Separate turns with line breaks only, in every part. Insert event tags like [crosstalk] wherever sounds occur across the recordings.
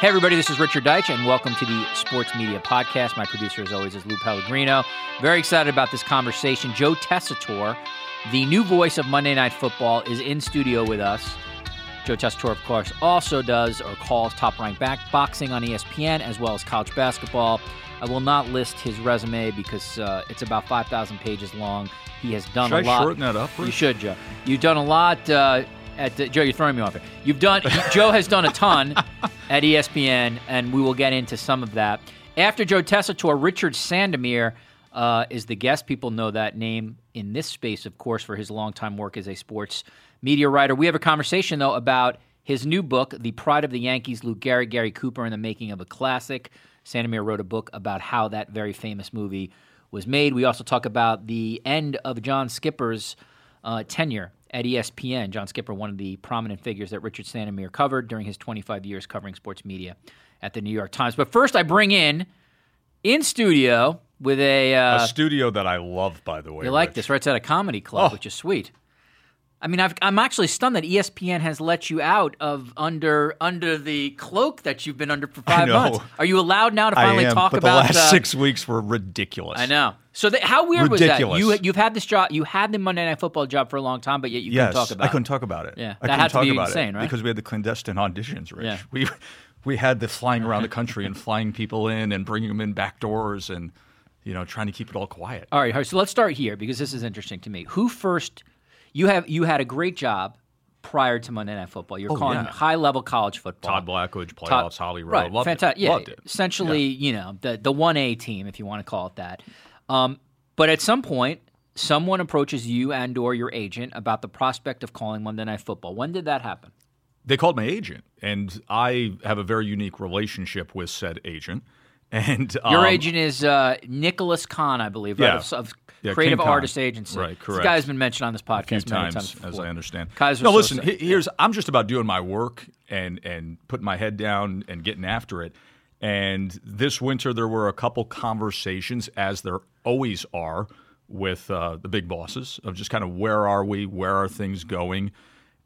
Hey, everybody, this is Richard Deitch, and welcome to the Sports Media Podcast. My producer, as always, is Lou Pellegrino. Very excited about this conversation. Joe Tessitore, the new voice of Monday Night Football, is in studio with us. Joe Tessitore, of course, also does or calls top ranked back boxing on E ESPN as well as college basketball. I will not list his resume because uh, it's about 5,000 pages long. He has done
Should I
a lot.
shorten that up?
You
Rich?
should, Joe. You've done a lot uh, at the, Joe. You're throwing me off here. You've done. Joe has done a ton at E ESPN, and we will get into some of that after Joe Tessitore. Richard Sandomir uh, is the guest. People know that name in this space, of course, for his longtime work as a sports media writer. We have a conversation though about his new book, The Pride of the Yankees: Lou Gehrig, Gary Cooper, and the Making of a Classic. Sandomir wrote a book about how that very famous movie was made. We also talk about the end of John Skipper's uh, tenure at ESPN. John Skipper, one of the prominent figures that Richard Sandomir covered during his 25 years covering sports media at the New York Times. But first, I bring in in studio with a. Uh,
A studio that I love, by the way.
you like
Rich.
this? Right it's at a comedy
Oh.
club, which is sweet. I mean, I've, I'm actually stunned that E ESPN has let you out of under under the cloak that you've been under for five
know.
months. Are you allowed now to
I
finally
am,
talk
but
about
the last
uh,
six weeks were ridiculous.
I know. So th- how weird
Ridiculous.
was that? You you've had this job, you had the Monday Night Football job for a long time, but yet you
Yes,
couldn't talk about.
I couldn't
it.
talk about it.
Yeah,
I
that
couldn't
had to
talk
be
about
insane,
it
right?
because we had the clandestine auditions, Rich.
Yeah.
We we had the flying around
[laughs]
the country and flying people in and bringing them in back doors and you know trying to keep it all quiet.
All right, all right, so let's start here because this is interesting to me. Who first? You have you had a great job prior to Monday Night Football. You're calling
yeah.
high level college football.
Oh, Todd Blackledge, playoffs,
Todd-
Holly Rowe.
Right,
Loved
fantastic.
it.
Yeah,
Loved it.
essentially, you know, the the one A team, if you want to call it that. Um, but at some point, someone approaches you and or your agent about the prospect of calling Monday Night Football. When did that happen?
They called my agent, and I have a very unique relationship with said agent. And um,
Your agent is uh, Nicholas Kahn, I believe, right?
Yeah.
Of, of
Yeah,
Creative
King Kahn.
Artist Agency.
Right,
This
correct.
guy's been mentioned on this podcast
few
many
times, as
before.
I understand.
Kaiser
no, listen.
Sosa.
he- Here's I'm just about doing my work and and putting my head down and getting after it. And this winter there were a couple conversations, as there always are, with uh, the big bosses of just kind of where are we, where are things going.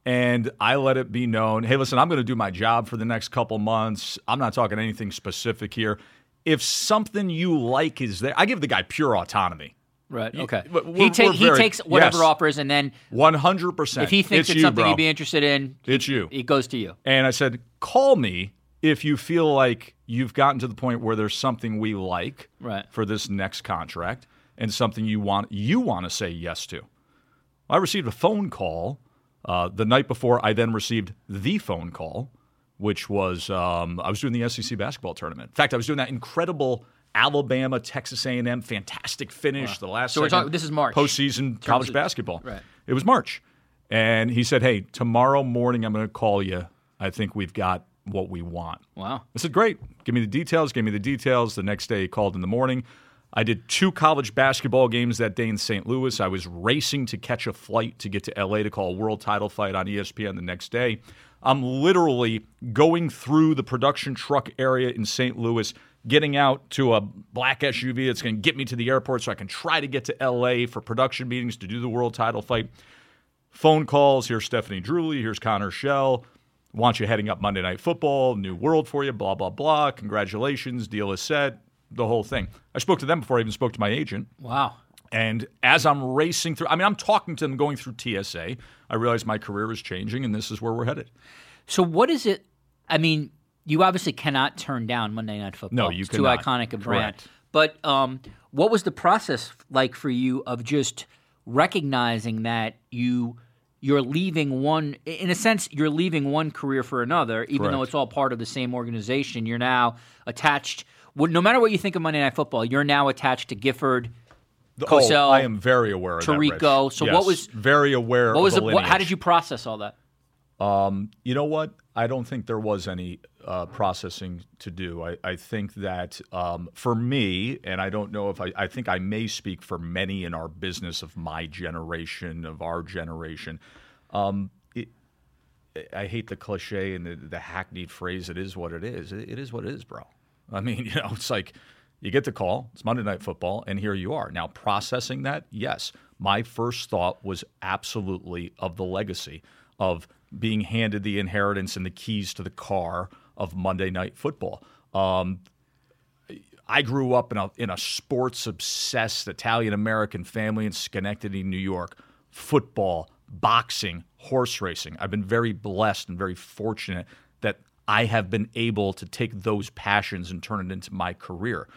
And I let it be known, hey, listen, I'm going to do my job for the next couple months. I'm not talking anything specific here. If something you like is there, I give the guy pure autonomy.
Right. Okay.
but we're-
he ta-
we're
he
very-
takes whatever
yes.
offers, and then
100%.
if he thinks it's,
you,
something
bro.
he'd be interested in,
It's you.
it goes to you.
And I said, call me if you feel like you've gotten to the point where there's something we like
Right.
for this next contract and something you want you want to say yes to. I received a phone call uh, the night before. I then received the phone call, which was um, I was doing the SEC basketball tournament. In fact, I was doing that incredible Alabama Texas A&M fantastic finish. The last
So we're
second
talking- this is March.
postseason college
of-
basketball.
right.
It was March, and he said, "Hey, tomorrow morning I'm going to call you. I think we've got what we want."
Wow.
I said, great. Give me the details. Give me the details. The next day, he called in the morning. I did two college basketball games that day in St. Louis. I was racing to catch a flight to get to LA to call a world title fight on E ESPN the next day. I'm literally going through the production truck area in St. Louis, getting out to a black SUV that's going to get me to the airport so I can try to get to LA for production meetings to do the world title fight phone calls. Here's Stephanie Drewley. Here's Connor Shell. Want you heading up Monday Night Football. New world for you. Blah blah blah. Congratulations. Deal is set. The whole thing. I spoke to them before I even spoke to my agent.
Wow.
And as I'm racing through, I mean, I'm talking to them going through TSA. I realize my career is changing, and this is where we're headed.
So what is it? I mean, you obviously cannot turn down Monday Night Football.
you
it's
cannot.
too iconic a brand.
Correct.
But um, what was the process like for you of just recognizing that you you're leaving one in a sense you're leaving one career for another, even though
Correct.
it's all part of the same organization. You're now attached. well, No matter what you think of Monday Night Football, you're now attached to Gifford.
The-
Cosell,
oh, I am very aware of that, Rich.
Tirico. So what
Yes,
was-
very aware?
What was
of
the,
the,
what, how
lineage.
did you process all that?
You know what? I don't think there was any uh, processing to do. I, I think that um, for me, and I don't know if I, I think I may speak for many in our business of my generation, of our generation. Um, it, I hate the cliche and the, the hackneyed phrase, it is what it is. It, it is what it is, bro. I mean, [laughs] you know, it's like you get the call, it's Monday Night Football, and here you are. Now, processing that, yes, my first thought was absolutely of the legacy of being handed the inheritance and the keys to the car of Monday Night Football. Um, I grew up in a, in a sports obsessed Italian American family in Schenectady, New York. Football, boxing, horse racing. I've been very blessed and very fortunate that I have been able to take those passions and turn it into my career.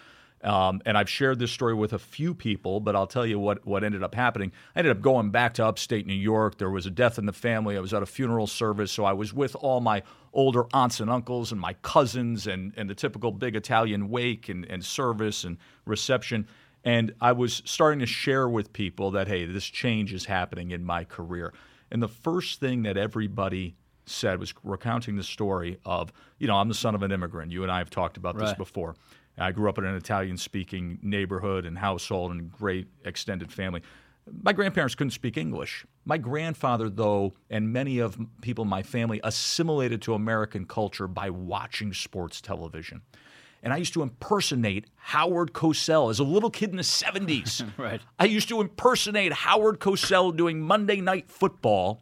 Um, and I've shared this story with a few people, but I'll tell you what, what ended up happening. I ended up going back to upstate New York. There was a death in the family. I was at a funeral service, so I was with all my older aunts and uncles and my cousins and, and the typical big Italian wake and, and service and reception. And I was starting to share with people that, hey, this change is happening in my career. And the first thing that everybody said was recounting the story of, you know, I'm the son of an immigrant. You and I have talked about this
Right.
before. I grew up in an Italian speaking neighborhood and household and great extended family. My grandparents couldn't speak English. My grandfather, though, and many of m- people in my family assimilated to American culture by watching sports television. And I used to impersonate Howard Cosell as a little kid in the 70s.
[laughs] Right.
I used to impersonate Howard Cosell doing Monday Night Football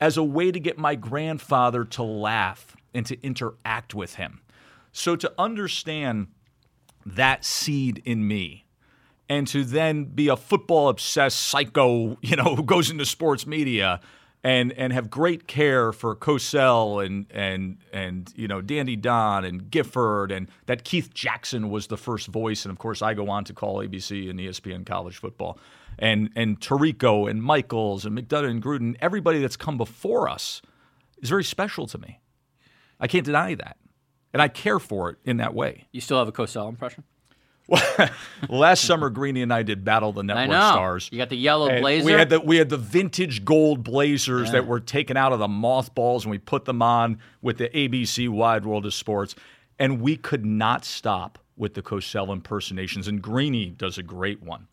as a way to get my grandfather to laugh and to interact with him. So to understand that seed in me and to then be a football obsessed psycho, you know, who goes into sports media and and have great care for Cosell and and and you know Dandy Don and Gifford and that Keith Jackson was the first voice and of course I go on to call ABC and E ESPN college football and and Tarico and Michaels and McDonough and Gruden everybody that's come before us is very special to me. I can't deny that. And I care for it in that way. [laughs]
You still have a Cosell impression?
Last summer, Greeny and I did Battle of the Network
I know.
Stars.
You got the yellow
And
blazer.
We had the we had the vintage gold blazers that were taken out of the mothballs, and we put them on with the ABC Wide World of Sports, and we could not stop with the Cosell impersonations. And Greeny does a great one,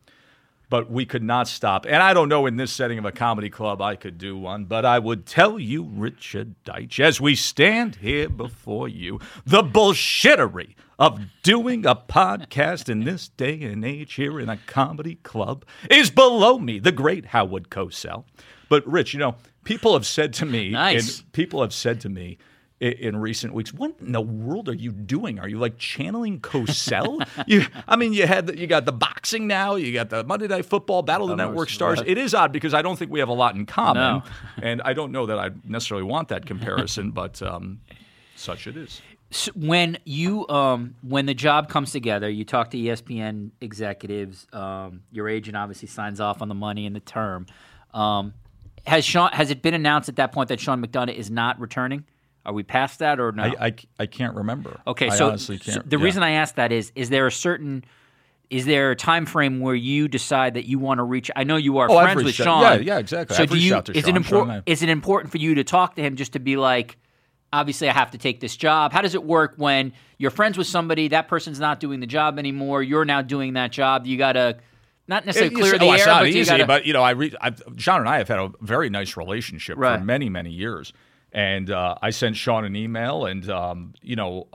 but we could not stop. And I don't know in this setting of a comedy club I could do one, but I would tell you, Richard Deitch, as we stand here before you, the bullshittery of doing a podcast in this day and age here in a comedy club is below me, the great Howard Cosell. But Rich, you know, people have said to me,
Nice.
and people have said to me i- in recent weeks, what in the world are you doing? Are you like channeling Cosell?
[laughs]
you, I mean, you had the, you got the boxing now, you got the Monday Night Football, Battle of
Oh,
the Network Stars. It is odd because I don't think we have a lot in common,
No.
[laughs] and I don't know that I necessarily want that comparison, but um, such it is.
S- when you um, when the job comes together, you talk to E ESPN executives. Um, your agent obviously signs off on the money and the term. Um, has Sean? Has it been announced at that point that Sean McDonough is not returning? Are we past that or no?
I, I, I can't remember.
Uh, okay,
I
so,
honestly
so
can't.
the reason I ask that is: is there a certain is there a time frame where you decide that you want to reach? I know you are
Oh, I've
friends with
reached out-
Sean.
yeah, yeah, exactly.
So
I've
do
reached
you?
out to
is it
Sean.
important?
Sean, I-
Is it important for you to talk to him just to be like, obviously, I have to take this job? How does it work when you're friends with somebody? That person's not doing the job anymore. You're now doing that job. You gotta not necessarily
It-
clear
it's-
the
oh,
air,
it's not
but
easy,
you gotta.
but you know, I re- I've, Sean and I have had a very nice relationship
Right.
for many many years, and uh, I sent Sean an email, and um, you know,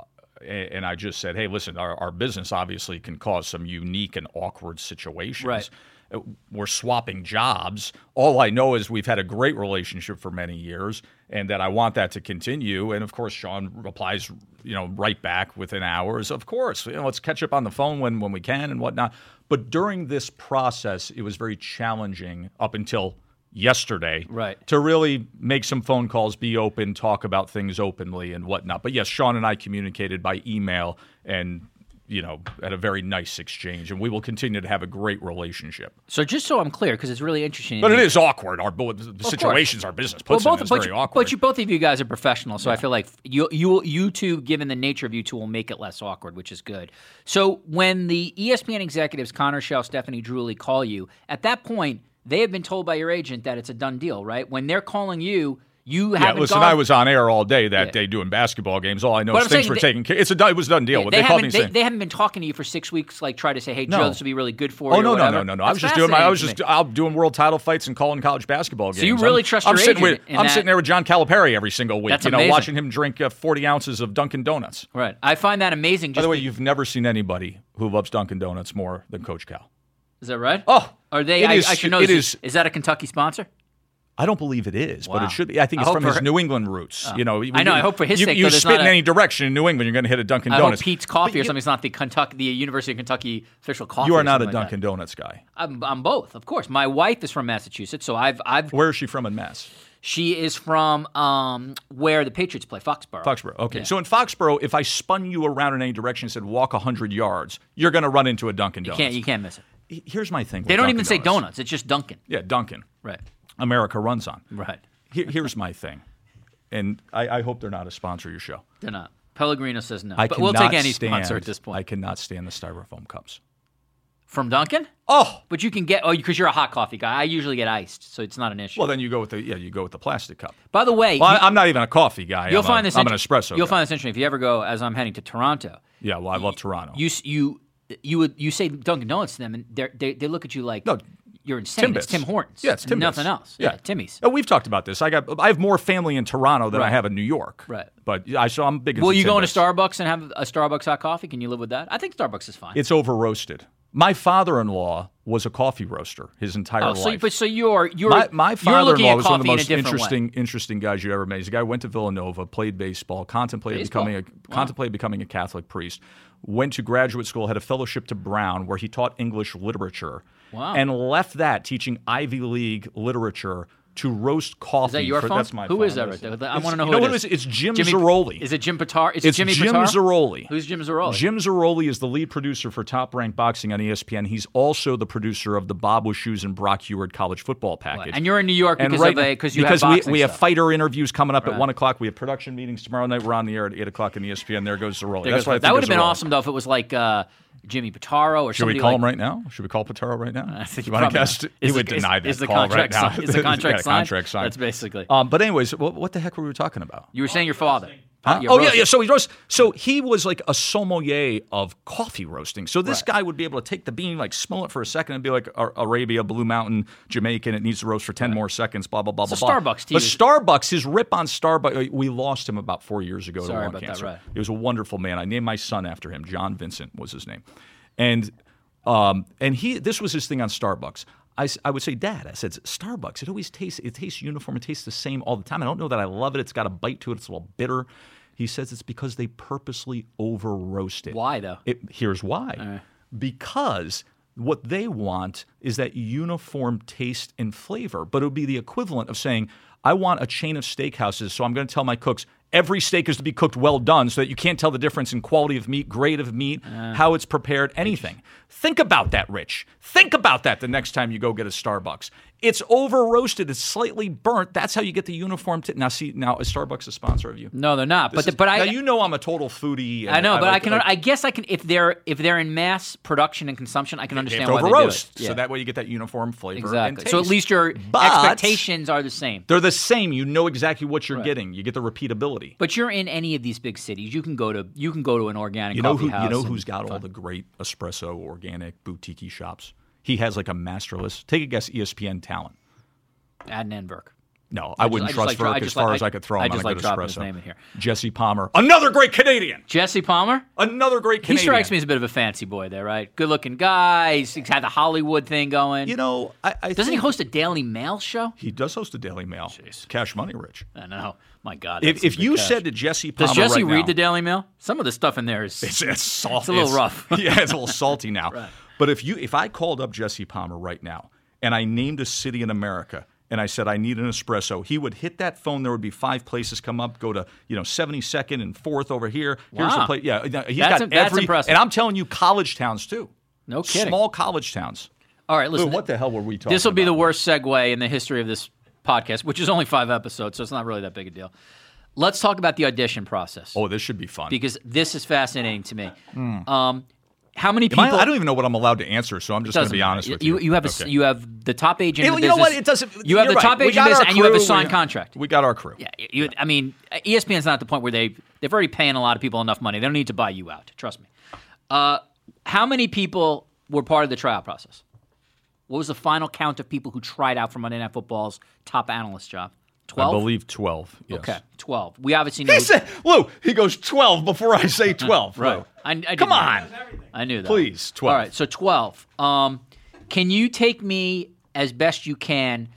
a- and I just said, hey, listen, our, our business obviously can cause some unique and awkward situations.
Right.
Uh, We're swapping jobs. All I know is we've had a great relationship for many years, and that I want that to continue. And of course, Sean replies, you know, right back within hours. Of course, you know, let's catch up on the phone when when we can and whatnot. But during this process, it was very challenging up until yesterday,
Right.
to really make some phone calls, be open, talk about things openly and whatnot. But yes, Sean and I communicated by email and. You know, at a very nice exchange, and we will continue to have a great relationship.
so just so I'm clear, because it's really interesting. to
But
me.
it is awkward. Our bo- the situations our business puts in is
but
very
you,
awkward.
But you both of you guys are professionals, so I feel like you you you two, given the nature of you two, will make it less awkward, which is good. So when the E ESPN executives Connor Shell, Stephanie Drewley call you, at that point they have been told by your agent that it's a done deal, right? When they're calling you, you
yeah,
haven't.
listen,
gone,
I was on air all day that
Yeah.
day doing basketball games. All I know
But
is
I'm
things
saying
were
they-
taken care. It's a done- it was a done deal.
They,
they called me
haven't,
and
they,
said-
they haven't been talking to you for six weeks. Like, try to say, "Hey,
No.
Joe, this would be really good for
Oh
you." or
no no no
whatever.
no no! I
That's
was just doing my. I was
fascinating
just
to me.
out doing world title fights and calling college basketball games.
you really
I'm,
trust
I'm
your
sitting
agent
with,
in
I'm
that-
sitting there with John Calipari every single week.
That's
you know,
amazing.
watching him drink uh, 40 ounces of Dunkin' Donuts.
right. I find that amazing. Just
By the way,
be-
you've never seen anybody who loves Dunkin' Donuts more than Coach Cal.
is that right?
Oh,
are they?
it
I,
is-
I should know.
it
is,
is-
is that a Kentucky sponsor?
I don't believe it is, but
Wow.
it should be. I think
I
it's
hope
from
for
his
her- Oh.
New England roots. you know,
I know, I hope for his
you,
sake,
You
though, there's
spit
not
in
a-
any direction in New England, you're going to hit a Dunkin'
I hope
Donuts.
Pete's coffee or something's not the Kentucky, the University of Kentucky official coffee.
you
or
are not a
something like
Dunkin' Donuts guy.
that. I'm, I'm both, of course. My wife is from Massachusetts, so I've I've
Where is she from in Mass?
she is from um where the Patriots play, Foxborough.
Foxborough. Okay. So in Foxborough, if I spun you around in any direction and said walk 100 yards, you're going to run into a Dunkin' Donuts.
Can't you can't miss it.
He- Here's my thing.
They don't even say donuts. It's just Dunkin'.
Yeah, Dunkin'.
Right.
America runs on.
Right.
Here, here's my thing, and I, I hope they're not a sponsor of your show.
They're not. Pellegrino says no.
I
but we'll take
cannot
any
stand,
sponsor at this point.
I cannot stand the styrofoam cups.
From Dunkin'?
Oh,
But you can get oh because you're a hot coffee guy. I usually get iced, so it's not an issue.
well then you go with the yeah you go with the plastic cup.
By the way,
Well,
you-
I, am not even a coffee guy.
you'll
I'm
find
a,
this.
I'm an
inter-
espresso.
You'll
guy.
find this interesting if you ever go as I'm heading to Toronto.
Yeah, well I love Toronto.
You s- you you would you say Dunkin' Donuts to them, and they're- they they look at you like
No,
you're insane. It's
Timbits.
Tim Hortons.
Yeah, it's Timbits.
Nothing else. Yeah, Timmy's.
Oh, we've talked about this. I got I have more family in Toronto than I have in New York.
Right.
But I so I'm big.
Will
into
you go into
Timbits.
Starbucks and have a Starbucks hot coffee? Can you live with that? I think Starbucks is fine.
It's over roasted. My father-in-law was a coffee roaster his entire
oh,
life.
so you- but so you're you're
my, my
you're looking
father-in-law
at
was
coffee
one of
in
the
a
most
different way.
interesting interesting guys you ever met. He's a guy who went to Villanova, played baseball, contemplated
Baseball?
becoming a contemplated becoming a Catholic priest. Went to graduate school, had a fellowship to Brown, where he taught English literature,
Wow.
and left that teaching Ivy League literature to roast coffee.
Is that your
for,
phone?
That's my
Who
phone.
is that right there? I
It's-
want to know who
you know
it
what
is.
It's Jim
Jimmy,
Zaroli.
Is it Jim Pitar? Is it
It's
Jimmy
Jim
Pitaro?
Zaroli.
Who's Jim Zaroli?
Jim Zaroli is the lead producer for Top Rank Boxing on E ESPN. He's also the producer of the Bob Shoes and Brock Heward College Football Package.
And you're in New York
And
because
right
of a
now-
because you
because
have
we,
boxing
we have
stuff.
fighter interviews coming up at one o'clock. We have production meetings tomorrow night. We're on the air at eight o'clock in E ESPN. There goes Zaroli.
There
That's
goes-
why I
that
think
would have
of
been
Zaroli.
awesome though if it was like uh, Jimmy Pitaro or
Should we
somebody
call
like
him right now? Should we call Pataro
[laughs]
right now? I
think
you
he
want to
probably
cast?
not.
He
Is
would
the-
deny
is-
that
is the
call right
contract
now. [laughs]
signed? Is the
He's got a
contract signed?
Contract signed.
That's basically-
Um, but anyways, what, what the heck were we talking about?
You were saying your father.
Huh?
Your
Oh yeah,
roast-
yeah. So he roast. So he was like a sommelier of coffee roasting. So this guy would be able to take the bean, like smell it for a second, and be like Ar- Arabia, Blue Mountain, Jamaican. It needs to roast for ten more seconds. Blah blah blah
So
blah. blah.
Starbucks, he
But
was-
Starbucks, his rip on Starbucks. uh, We lost him about four years ago to
Sorry
lung
about that,
cancer.
right.
He was a wonderful man. I named my son after him. John Vincent was his name, and um, and he this was his thing on Starbucks. I, s- I would say, Dad, I said, Starbucks. It always tastes it tastes uniform. It tastes the same all the time. I don't know that I love it. It's got a bite to it. It's a little bitter. He says it's because they purposely over roast it.
Why, though?
It, here's why. Because what they want is that uniform taste and flavor. But it would be the equivalent of saying, I want a chain of steakhouses, so I'm going to tell my cooks every steak is to be cooked well done so that you can't tell the difference in quality of meat, grade of meat, how it's prepared, anything. Think about that, Rich. Think about that the next time you go get a Starbucks. It's over roasted, it's slightly burnt. That's how you get the uniform. T- now, see, now is Starbucks a sponsor of you?
No, they're not. But
This
the,
is-
but
now
I
you know I'm a total foodie. and
I know, but I
like-
can I guess I can if they're if they're in mass production and consumption, I can understand
It's
why
over
they do
roast,
it. Yeah.
so that way you get that uniform flavor. and
exactly. So at
taste.
least your
But-
expectations are the same.
they're the same. You know exactly what you're getting. You get the repeatability.
But you're in any of these big cities, you can go to you can go to an organic
You know
coffee
who?
house.
You know
and-
who's got all the great espresso, organic, boutique shops. He has like a master list. Take a guess, E ESPN talent.
Adnan Burke.
No, I, wouldn't
I just
trust
like dro- I
Verk as
just
far
like-
as I could throw him
I
on
just
a
like
good
dropping
espresso.
his name in here.
Jesse Palmer, another great Canadian.
Jesse Palmer?
Another great
He
Canadian.
strikes me as a bit of a fancy boy there, right? Good looking guy. He's he's had the Hollywood thing going.
You know, I, I
Doesn't he
think-
host a Daily Mail show?
He does host the Daily Mail. Cash Money Rich.
I know. My God. that's
If,
some
if
good
you
cash.
said to Jesse Palmer,
Does Jesse
right
read
now,
the Daily Mail? Some of the stuff in there is.
It's, it's soft.
It's a little rough.
[laughs] yeah, it's a little
[laughs]
salty now. But if you if I called up Jesse Palmer right now and I named a city in America and I said I need an espresso, he would hit that phone. There would be five places come up. Go to you know seventy second and fourth over here. Here's the
Wow.
place. Yeah, no, he's
That's
got
im- that's
every.
impressive.
And I'm telling you, college towns too.
No kidding.
Small college towns.
All right,
Lou,
listen.
what the hell were we talking?
this will be the
about?
worst segue in the history of this podcast, which is only five episodes, so it's not really that big a deal. Let's talk about the audition process
Oh, this should be fun.
because this is fascinating to me. Um, how many
Am
people?
I, I don't even know what I'm allowed to answer, so I'm just going to
doesn't
be
matter.
honest with
you.
you.
have a,
Okay.
you have the top agent. in
It-
the
you know what?
business.
It doesn't.
You have
you're
the top
right. We
agent in
got
business,
our
and you have a
crew, we
signed
got-
contract.
We got our crew.
Yeah, you, I mean, E ESPN's not at the point where they they've already paying a lot of people enough money. They don't need to buy you out. Trust me. Uh, how many people were part of the trial process? What was the final count of people who tried out for Monday Night Football's top analyst job? Twelve.
I believe 12. Yes.
Okay, twelve. We obviously know.
He said, Lou, he goes 12 before
[laughs]
I say 12.
right.
Lou.
I, I did
Come
know.
on.
I knew that.
Please, 12.
All right, so twelve. Um, can you take me as best you can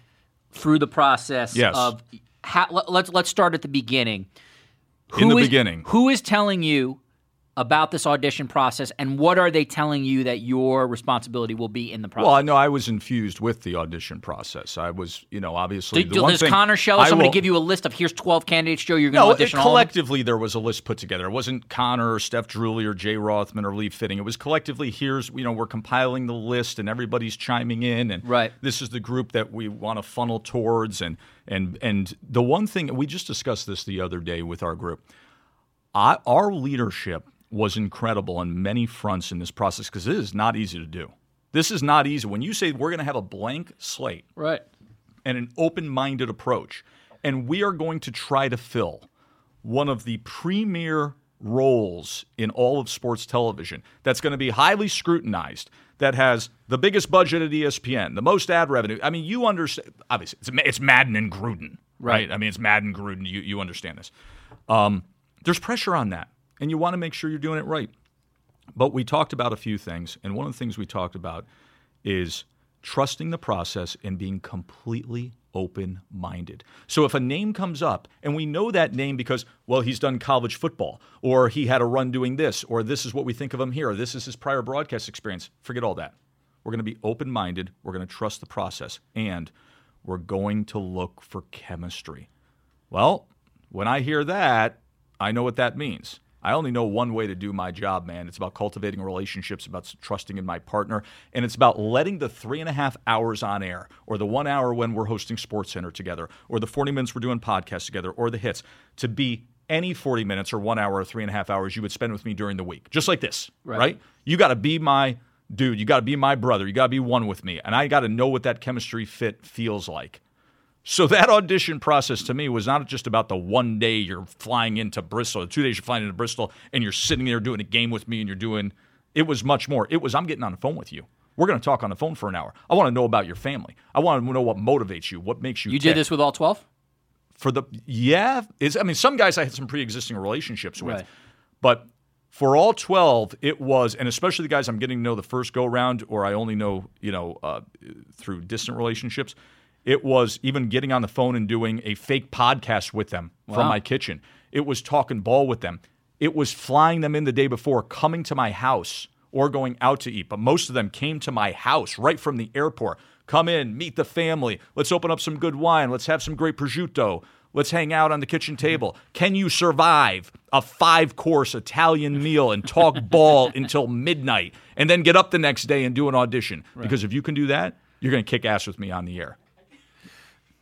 through the process
Yes.
of how, let, let's let's start at the beginning.
In the
Who is-
beginning.
who is telling you about this audition process, and what are they telling you that your responsibility will be in the process?
Well, I know I was infused with the audition process. I was, you know, obviously
Do-
the
do-
one
does
thing
Connor show?
I
I'm going
will-
to give you a list of here's 12 candidates, Joe. You're going to
No, it,
audition all of them?
collectively there was a list put together. It wasn't Connor or Steph Drewley or Jay Rothman or Lee Fitting. It was collectively here's you know we're compiling the list and everybody's chiming in and
Right.
this is the group that we want to funnel towards and and and the one thing we just discussed this the other day with our group. I, our leadership was incredible on many fronts in this process because it is not easy to do. This is not easy. When you say we're going to have a blank slate,
Right.
and an open minded approach. And we are going to try to fill one of the premier roles in all of sports television that's going to be highly scrutinized, that has the biggest budget at E ESPN, the most ad revenue. I mean, you understand, obviously, it's, it's Madden and Gruden, right? I mean, it's Madden, Gruden. You, you understand this. Um, there's pressure on that, and you want to make sure you're doing it right. But we talked about a few things, and one of the things we talked about is trusting the process and being completely open minded. So if a name comes up and we know that name because, well, he's done college football, or he had a run doing this, or this is what we think of him here, or this is his prior broadcast experience, forget all that. We're going to be open minded, we're going to trust the process, and we're going to look for chemistry. Well, when I hear that, I know what that means. I only know one way to do my job, man. It's about cultivating relationships, about trusting in my partner, and it's about letting the three and a half hours on air, or the one hour when we're hosting Sports Center together, or the 40 minutes we're doing podcasts together, or the hits, to be any 40 minutes or one hour or three and a half hours you would spend with me during the week, just like this, right? You got to be my dude. You got to be my brother. You got to be one with me. And I got to know what that chemistry fit feels like. So that audition process to me was not just about the one day you're flying into Bristol, the two days you're flying into Bristol, and you're sitting there doing a game with me, and you're doing. It was much more. It was I'm getting on the phone with you. We're going to talk on the phone for an hour. I want to know about your family. I want to know what motivates you, what makes you.
You did
tick.
this with all 12?
for the yeah. Is I mean, some guys I had some pre-existing relationships with,
Right.
but for all 12 it was and especially the guys i'm getting to know the first go round or i only know you know uh, through distant relationships it was even getting on the phone and doing a fake podcast with them from my kitchen it was talking ball with them it was flying them in the day before coming to my house or going out to eat but most of them came to my house right from the airport come in meet the family let's open up some good wine let's have some great prosciutto Let's hang out on the kitchen
Mm-hmm.
table. Can you survive a five course Italian meal
[laughs]
and talk ball until midnight and then get up the next day and do an audition? Because if you can do that, you're going to kick ass with me on the air.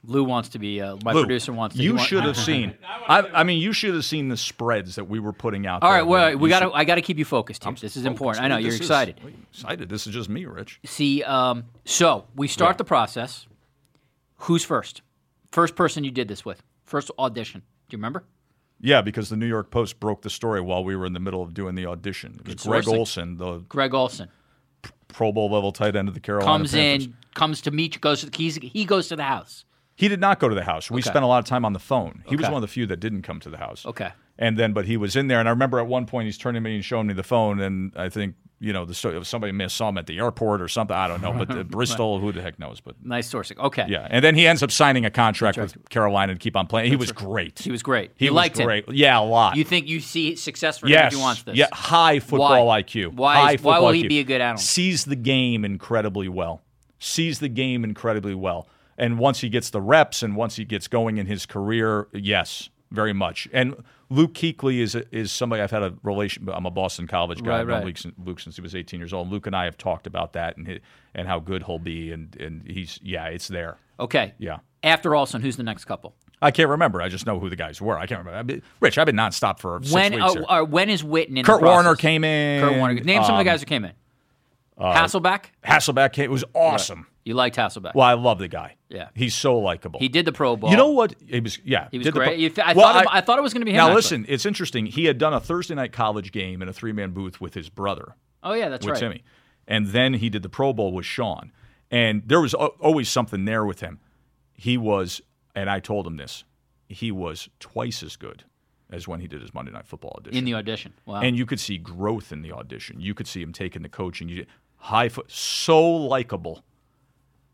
Lou wants to be, uh, my
Lou,
producer wants to. he
You
want- [laughs]
should have seen. I, I mean, you should have seen the spreads that we were putting out.
All
there.
right, well, we
You
got
should-
to. I got to keep you focused here. this is important. I know you're
This is-
excited.
wait, excited. This is just me, Rich.
See, um, so we start the process. Who's first? First person you did this with? First audition? Do you remember?
Yeah, because the New York Post broke the story while we were in the middle of doing the audition. It was Greg
sourcing.
Olson, the
Greg Olson
Pro Bowl level tight end of the Carolina
comes
Panthers.
in, comes to meet you, goes to the keys. He goes to the house.
He did not go to the house. We
Okay.
spent a lot of time on the phone. He was
Okay.
one of the few that didn't come to the house.
Okay.
And then, but he was in there, and I remember at one point he's turning to me and showing me the phone, and I think you know the story. if Somebody missed saw him at the airport or something. I don't know, but
[laughs]
uh, Bristol, who the heck knows? But
Nice sourcing. Okay.
yeah, and then he ends up signing a contract with Carolina to keep on playing. He was great.
He was great.
He
you
was
liked him.
great. Yeah, a lot.
You think you see success for him?
yes.
if He wants this.
Yeah, high football
Why?
IQ.
Why
High
is- why will
football
he
IQ.
be a good analyst?
Sees the game incredibly well. Sees the game incredibly well. And once he gets the reps and once he gets going in his career, yes, very much. And Luke Keekley is is somebody I've had a relation. I'm a Boston College guy.
Right,
I've known
right.
Luke, since, Luke since he was 18 years old. Luke and I have talked about that and hi- and how good he'll be. And and he's yeah, it's there.
Okay.
Yeah.
After Olson, who's the next couple?
I can't remember. I just know who the guys were. I can't remember. I've been, Rich, I've been nonstop for six
when
weeks.
uh,
here.
uh, when is Witten in?
Kurt
the process?
Warner came in. Um, uh,
Kurt Warner. Name some of the guys who came in. Hasselback.
Hasselback came, it was awesome.
You liked Hasselback.
Well, I love the guy.
Yeah.
he's so likable.
he did the Pro Bowl.
You know what? He was yeah. He
was great. You th- I thought it- I thought it was gonna be him,
Now
actually.
listen, it's interesting. He had done a Thursday night college game in a three man booth with his brother
Oh yeah, that's
with
right.
Timmy, and then he did the Pro Bowl with Sean, and there was al- always something there with him. He was, and I told him this. He was twice as good as when he did his Monday Night Football edition.
in the audition. Wow.
and you could see growth in the audition. You could see him taking the coaching. You, high foot, so likable.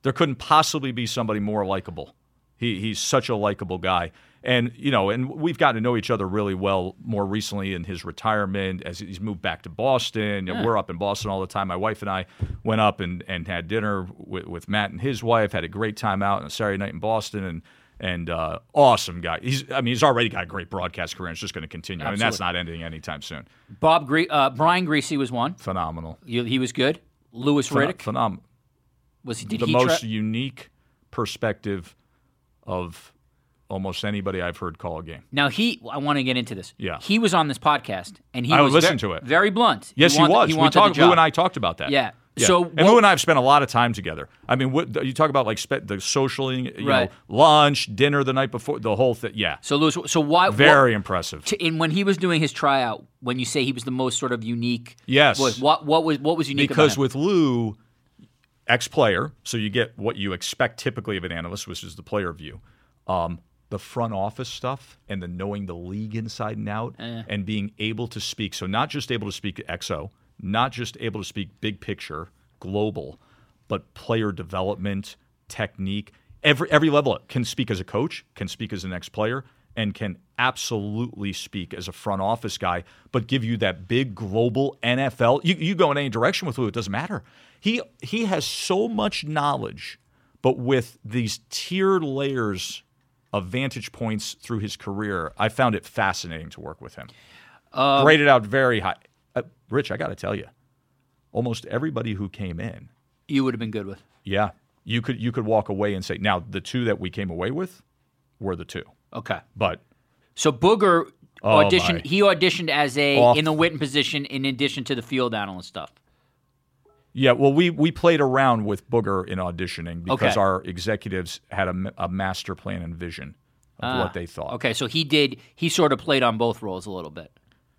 There couldn't possibly be somebody more likable He he's such a likable guy. And you know, and we've gotten to know each other really well more recently in his retirement as he's moved back to Boston. We're up in Boston all the time. My wife and I went up and, and had dinner with, with Matt and his wife. Had a great time out on a Saturday night in Boston, and and uh, awesome guy. He's I mean he's already got a great broadcast career. and It's just going to continue. I mean that's not ending anytime soon.
Bob Gre- uh, Brian Greasy was one.
Phenomenal.
You, he was good. Lewis
Phenom-
Riddick
Phenom-
was he? Did
the
he?
most
tra-
unique perspective of almost anybody I've heard call a game.
now he. I want to get into this.
Yeah.
He was on this podcast and he.
I
was
listened
ve-
to it.
Very blunt.
Yes, he,
wanted-
was.
He
we
wanted
talked.
the job.
Lou and I talked about that.
Yeah. So
and
what-
Lou and I have spent a lot of time together. I mean, what you talk about like spe- the socialing, you
Right.
know, lunch, dinner the night before, the whole thing. Yeah,
So Lewis. So why?
very
What,
impressive.
to, and when he was doing his tryout, when you say he was the most sort of unique.
Yes.
Was, what what was what was unique?
because
about him?
with Lou, ex player, so you get what you expect typically of an analyst, which is the player view. Um, the front office stuff and the knowing the league inside and out and being able to speak. So, not just able to speak XO, not just able to speak big picture, global, but player development, technique. Every, every level can speak as a coach, can speak as an ex player, and can absolutely speak as a front office guy, but give you that big global NFL. You, you go in any direction with Lou, it doesn't matter. He he has so much knowledge, but with these tiered layers of vantage points through his career, I found it fascinating to work with him. Graded out very high. Uh, Rich, I got to tell you, almost everybody who came in
you would have been good with.
yeah, you could you could walk away and say, now the two that we came away with were the two,
Okay.
but
So Booger auditioned.
Oh, my.
He auditioned as a
Off.
in the Witten position, in addition to the field analyst stuff.
Yeah, well, we we played around with Booger in auditioning because
Okay.
our executives had a, m- a master plan and vision of what they thought.
Okay, so he did. He sort of played on both roles a little bit.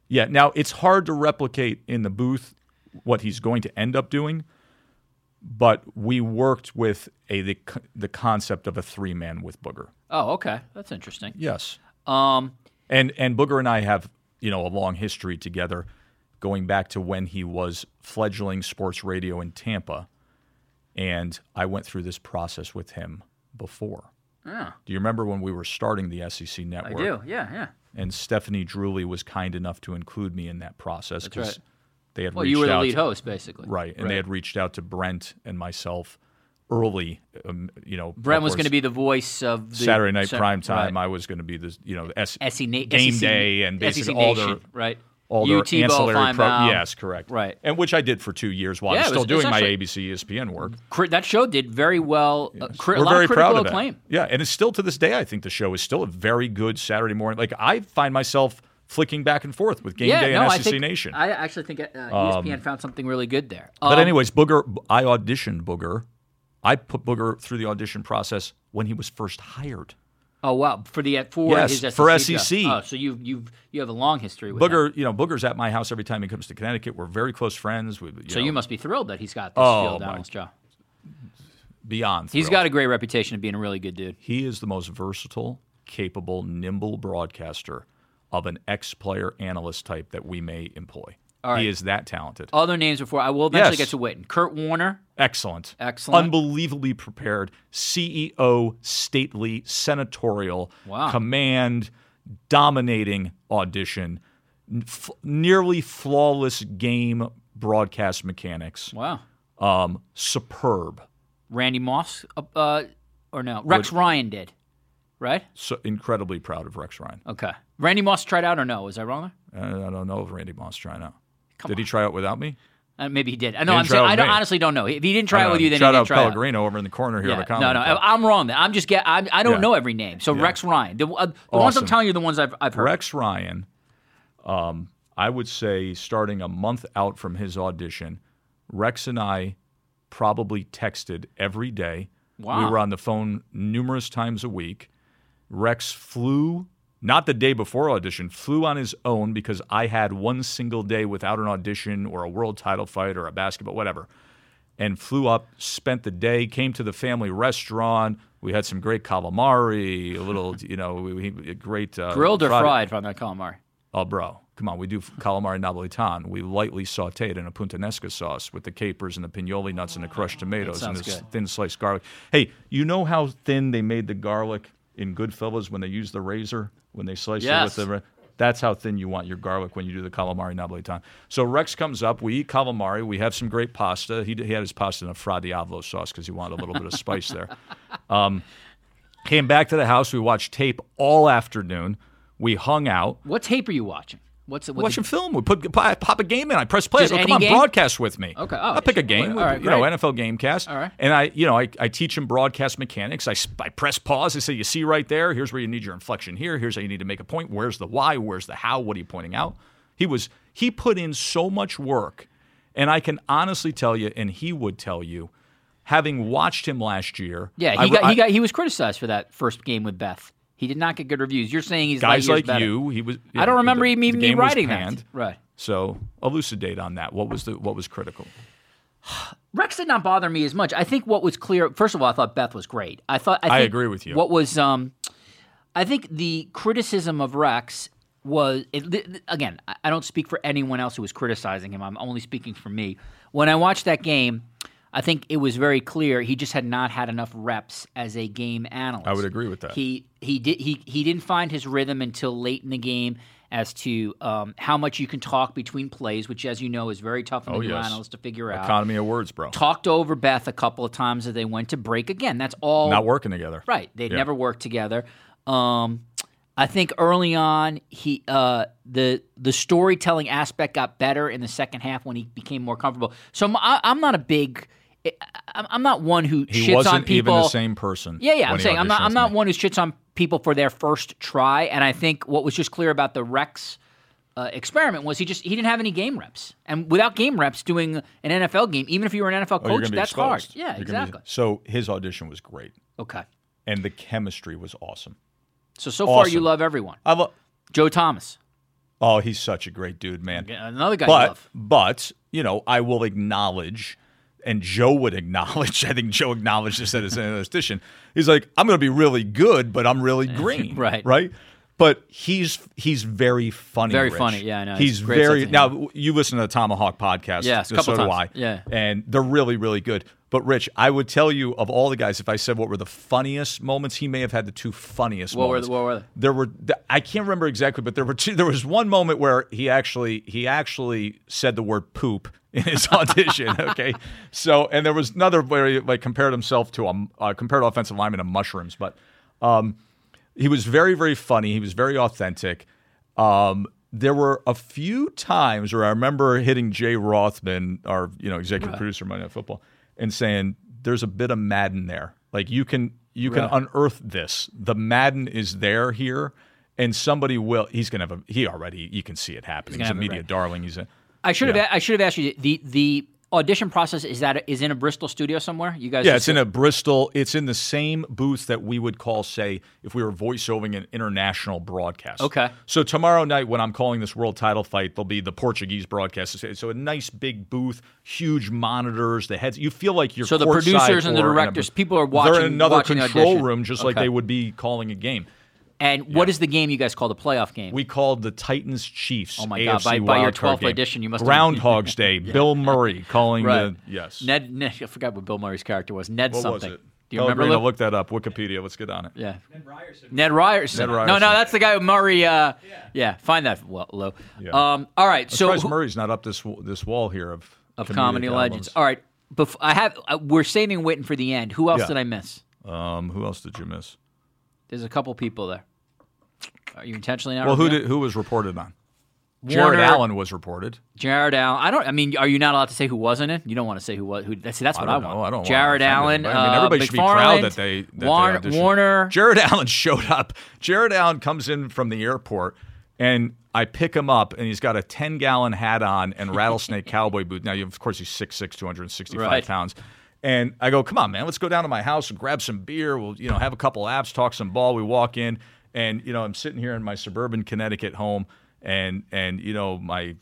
Yeah, now it's hard to replicate in the booth what he's going to end up doing, but we worked with a the, c- the concept of a three man with Booger.
Oh, okay, that's interesting.
Yes.
Um,
And and Booger and I have you know a long history together, going back to when he was fledgling sports radio in Tampa, and I went through this process with him before. Do you remember when we were starting the SEC
Ah. I
network?
do. Yeah, yeah.
And Stephanie Drewley was kind enough to include me in that process because
right.
they had
Well,
reached
you were the
out
lead
to-
host, basically.
right, and they had reached out to Brent and myself early. Um, you know,
Brent was
upwards-
going to be the voice of the
Saturday night
Sa-
prime time.
Right.
I was going to be the you know the S-
SEC na- E
game
SEC
day and basically
SEC
all
Nation,
their
right.
all their
UT
ancillary
Fine Bow.
Yes, correct.
Right.
and which I did for two years while
Yeah,
I'm
it
still
was- it's
doing my
actually-
ABC ESPN work.
Cri- that show did very well. Uh, cri- a
We're
lot
very
of critical
proud of that.
acclaim.
Yeah, and it's still to this day. I think the show is still a very good Saturday morning. Like I find myself flicking back and forth with Game
yeah,
Day
no,
and
I
SEC
think,
Nation. Um,
I actually think uh, ESPN found something really good there.
but
Um,
anyways, Booger, I auditioned Booger. I put Booger through the audition process when he was first hired.
oh wow, for the for
Yes,
his SEC
for E
job.
SEC.
Oh, so you you you have a long history with him.
Booger, you know, Booger's at my house every time he comes to Connecticut. We're very close friends. We,
So
know,
you must be thrilled that he's got this
Oh,
field
my-
analyst job.
beyond.
He's
thrilled.
got a great reputation of being a really good dude.
He is the most versatile, capable, nimble broadcaster of an ex-player analyst type that we may employ. He is that talented.
Other names before I will eventually
Yes.
get to Witten. Kurt Warner.
Excellent.
Excellent.
Unbelievably prepared. CEO, stately, senatorial,
Wow.
command, dominating audition, n- f- nearly flawless game broadcast mechanics.
Wow.
Um, superb.
Randy Moss. Uh, uh, or no, Rex Ryan did, right?
So incredibly proud of Rex Ryan.
Okay. Randy Moss tried out or no? Was I wrong?
Uh, I don't know if Randy Moss trying out. Did he try out without me?
Uh, maybe he did. Uh, No, I'm
try
saying
out
I don't,
with me.
honestly don't know. If he didn't try out with you, then
shout
he didn't
out
try
Pellegrino over in the corner here.
out.
of a
Yeah.
comment.
No, no, I- I'm wrong. Then I'm just get. I'm, I don't
Yeah.
know every name. So Rex Ryan. The, uh, the ones I'm
Awesome.
telling you, are the ones I've, I've heard.
Rex Ryan, um, I would say starting a month out from his audition, Rex and I probably texted every day.
Wow.
We were on the phone numerous times a week. Rex flew, not the day before audition, flew on his own because I had one single day without an audition or a world title fight or a basketball, whatever. And flew up, spent the day, came to the family restaurant. We had some great calamari, a little, you know, we, we, a great uh,
Grilled or
fried-
fried from that calamari?
Oh, bro, come on. We do calamari napolitan. We lightly saute it in a puntanesca sauce with the capers and the pignoli nuts and the crushed tomatoes and
sounds
this
good.
thin sliced garlic. Hey, you know how thin they made the garlic in Goodfellas when they use the razor when they slice
Yes.
it with the. ra- That's how thin you want your garlic when you do the calamari napolitan. So Rex comes up. We eat calamari. We have some great pasta. He, he had his pasta in a fra diavolo sauce because he wanted a little bit of spice there. Um, Came back to the house. We watched tape all afternoon. We hung out
What tape are you watching? What's it?
watch a film. We put I pop a game in. I press play. I
Just
go, come
any
on,
game?
broadcast with me.
Okay. Oh,
I pick a
sure.
game.
All right,
you know,
great.
NFL GameCast.
All right.
And I, you know, I, I teach him broadcast mechanics. I, s- I press pause. I say, you see right there. Here's where you need your inflection. Here. Here's how you need to make a point. Where's the why? Where's the how? What are you pointing out? He was he put in so much work, and I can honestly tell you, and he would tell you, having watched him last year.
yeah,
I-
he got
I-
he got he was criticized for that first game with Beth. He did not get good reviews. You're saying he's
guys
light years
like
better.
you. He was.
I don't remember
the-
even
the
even me
game was
writing that.
panned.
Right.
So elucidate on that. What was the what was critical?
Rex did not bother me as much. I think what was clear. First of all, I thought Beth was great. I thought I,
I
think
agree with you.
What was um, I think the criticism of Rex was it, th- th- again. I- I don't speak for anyone else who was criticizing him. I'm only speaking for me. When I watched that game, I think it was very clear he just had not had enough reps as a game analyst.
I would agree with that.
He he did he he didn't find his rhythm until late in the game. As to um, how much you can talk between plays, which, as you know, is very tough on the new
Oh, yes.
analyst to figure out
Economy of words, bro.
talked over Beth a couple of times as they went to break again. That's all
Not working together.
right. They'd never worked together. Um, I think early on he uh, the the storytelling aspect got better in the second half when he became more comfortable. So I'm, I, I'm not a big I- I'm I'm not one who
He
shits
wasn't
on people.
even the same person.
Yeah, yeah.
when
I'm
he
saying I'm not.
auditioned
I'm not
me.
one who shits on people for their first try. And I think what was just clear about the Rex uh, experiment was he just he didn't have any game reps. And without game reps, doing an NFL game, even if you were an NFL
Oh, you're
coach,
gonna be
that's hard.
exposed.
Yeah,
You're gonna be-
exactly.
so his audition was great,
Okay.
and the chemistry was awesome.
So so far you
Awesome.
love everyone.
I love.
Joe Thomas,
Oh, he's such a great dude, man.
another guy you
but
love.
but you know, I will acknowledge, and Joe would acknowledge. [laughs] I think Joe acknowledged this at his audition. He's like, I'm going to be really good, but
[laughs]
I'm really green,
Right.
Right. But he's he's very funny.
Very
Rich.
funny, yeah, I know.
He's
It's great sense
very
of
now.
humor.
You listen to the Tomahawk podcast,
Yes, a
so
couple
do
times.
I.
Yeah.
and they're really really good. But Rich, I would tell you of all the guys, if I said what were the funniest moments, he may have had the two funniest.
What were
moments
the- what were they?
there were th- I can't remember exactly, but there were two. There was one moment where he actually he actually said the word poop in his [laughs] audition. Okay, so and there was another where he like compared himself to a uh, compared offensive lineman to mushrooms, but um, he was very very funny. He was very authentic. Um, there were a few times where I remember hitting Jay Rothman, our you know executive producer of Monday Night Football, and saying, "There's a bit of Madden there. Like you can you can unearth this. The Madden is there here, and somebody will. He's gonna have a. He already. You can see it happening. He's, a
have it,
media
right.
darling. He's a.
I should have I should have asked you the the audition process is that is in a Bristol studio somewhere. You guys,
Yeah,
just-
it's in a Bristol. It's in the same booth that we would call, say, if we were voiceovering an international broadcast.
Okay.
So tomorrow night, when I'm calling this world title fight, there'll be the Portuguese broadcast. So a nice big booth, huge monitors, the heads. You feel like you're
So the
courtside
producers and the
or in a-
directors, people are watching-
They're in another
watching the
control
audition.
room, just like
Okay.
they would be calling a game.
and what is the game you guys call the playoff game?
We called the Titans Chiefs. Oh
my God, by- by your 12th edition, you must have- [laughs]
Groundhog's Day. Bill Murray calling
Right.
the yes.
Ned, Ned. I forgot what Bill Murray's character was. Ned
what
something.
was it?
Do you
Pellegrino,
remember? Lou?
look that up. Wikipedia. Let's get on it.
Yeah. Ned Ryerson.
Ned
No,
Ryerson.
no, that's the guy with Murray. Uh, yeah. find that well, low. Um, all right, so
surprised
who-
Murray's not up this w- this wall here of
of
comedic
comedy legends.
albums.
All right, bef- I have. Uh, we're saving Witten for the end. Who else
Yeah.
did I miss?
Um, who else did you miss?
There's a couple people there. Are you intentionally not?
Well, who
revealing?
did who was reported on?
Warner-
Jared Allen was reported.
Jared Allen. I don't. I mean, are you not allowed to say who wasn't it? You don't want to say who was. Who? See, that's what I, want.
don't know. I don't wanna
Jared
offend
Allen.
anybody. I mean,
uh,
everybody should be proud that
McFarland,
they, that they
Warner.
auditioned.
Warner.
Jared Allen [laughs] showed up. Jared Allen comes in from the airport, and I pick him up, and he's got a ten gallon hat on and
[laughs]
rattlesnake cowboy boot. Now, you- of course, he's 6'6", 265
Right.
pounds. And I go, come on, man, let's go down to my house and grab some beer. We'll, you know, have a couple apps, talk some ball. We walk in, and you know, I'm sitting here in my suburban Connecticut home, and and you know, my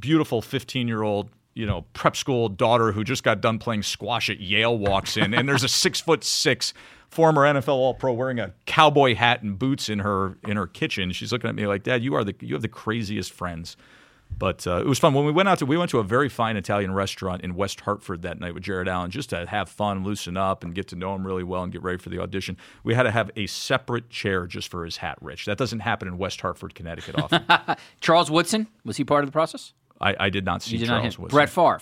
beautiful 15 year old you know prep school daughter who just got done playing squash at Yale walks in, and there's a six foot six former NFL All Pro wearing a cowboy hat and boots in her in her kitchen. She's looking at me like, "Dad, you are the you have the craziest friends." But uh, it was fun when we went out to we went to a very fine Italian restaurant in West Hartford that night with Jared Allen just to have fun, loosen up, and get to know him really well and get ready for the audition. We had to have a separate chair just for his hat, Rich. That doesn't happen in West Hartford,
[laughs]
Connecticut often.
Charles Woodson was he part of the process?
I, I did not see
You did
Charles
not hit
Woodson.
Brett Favre.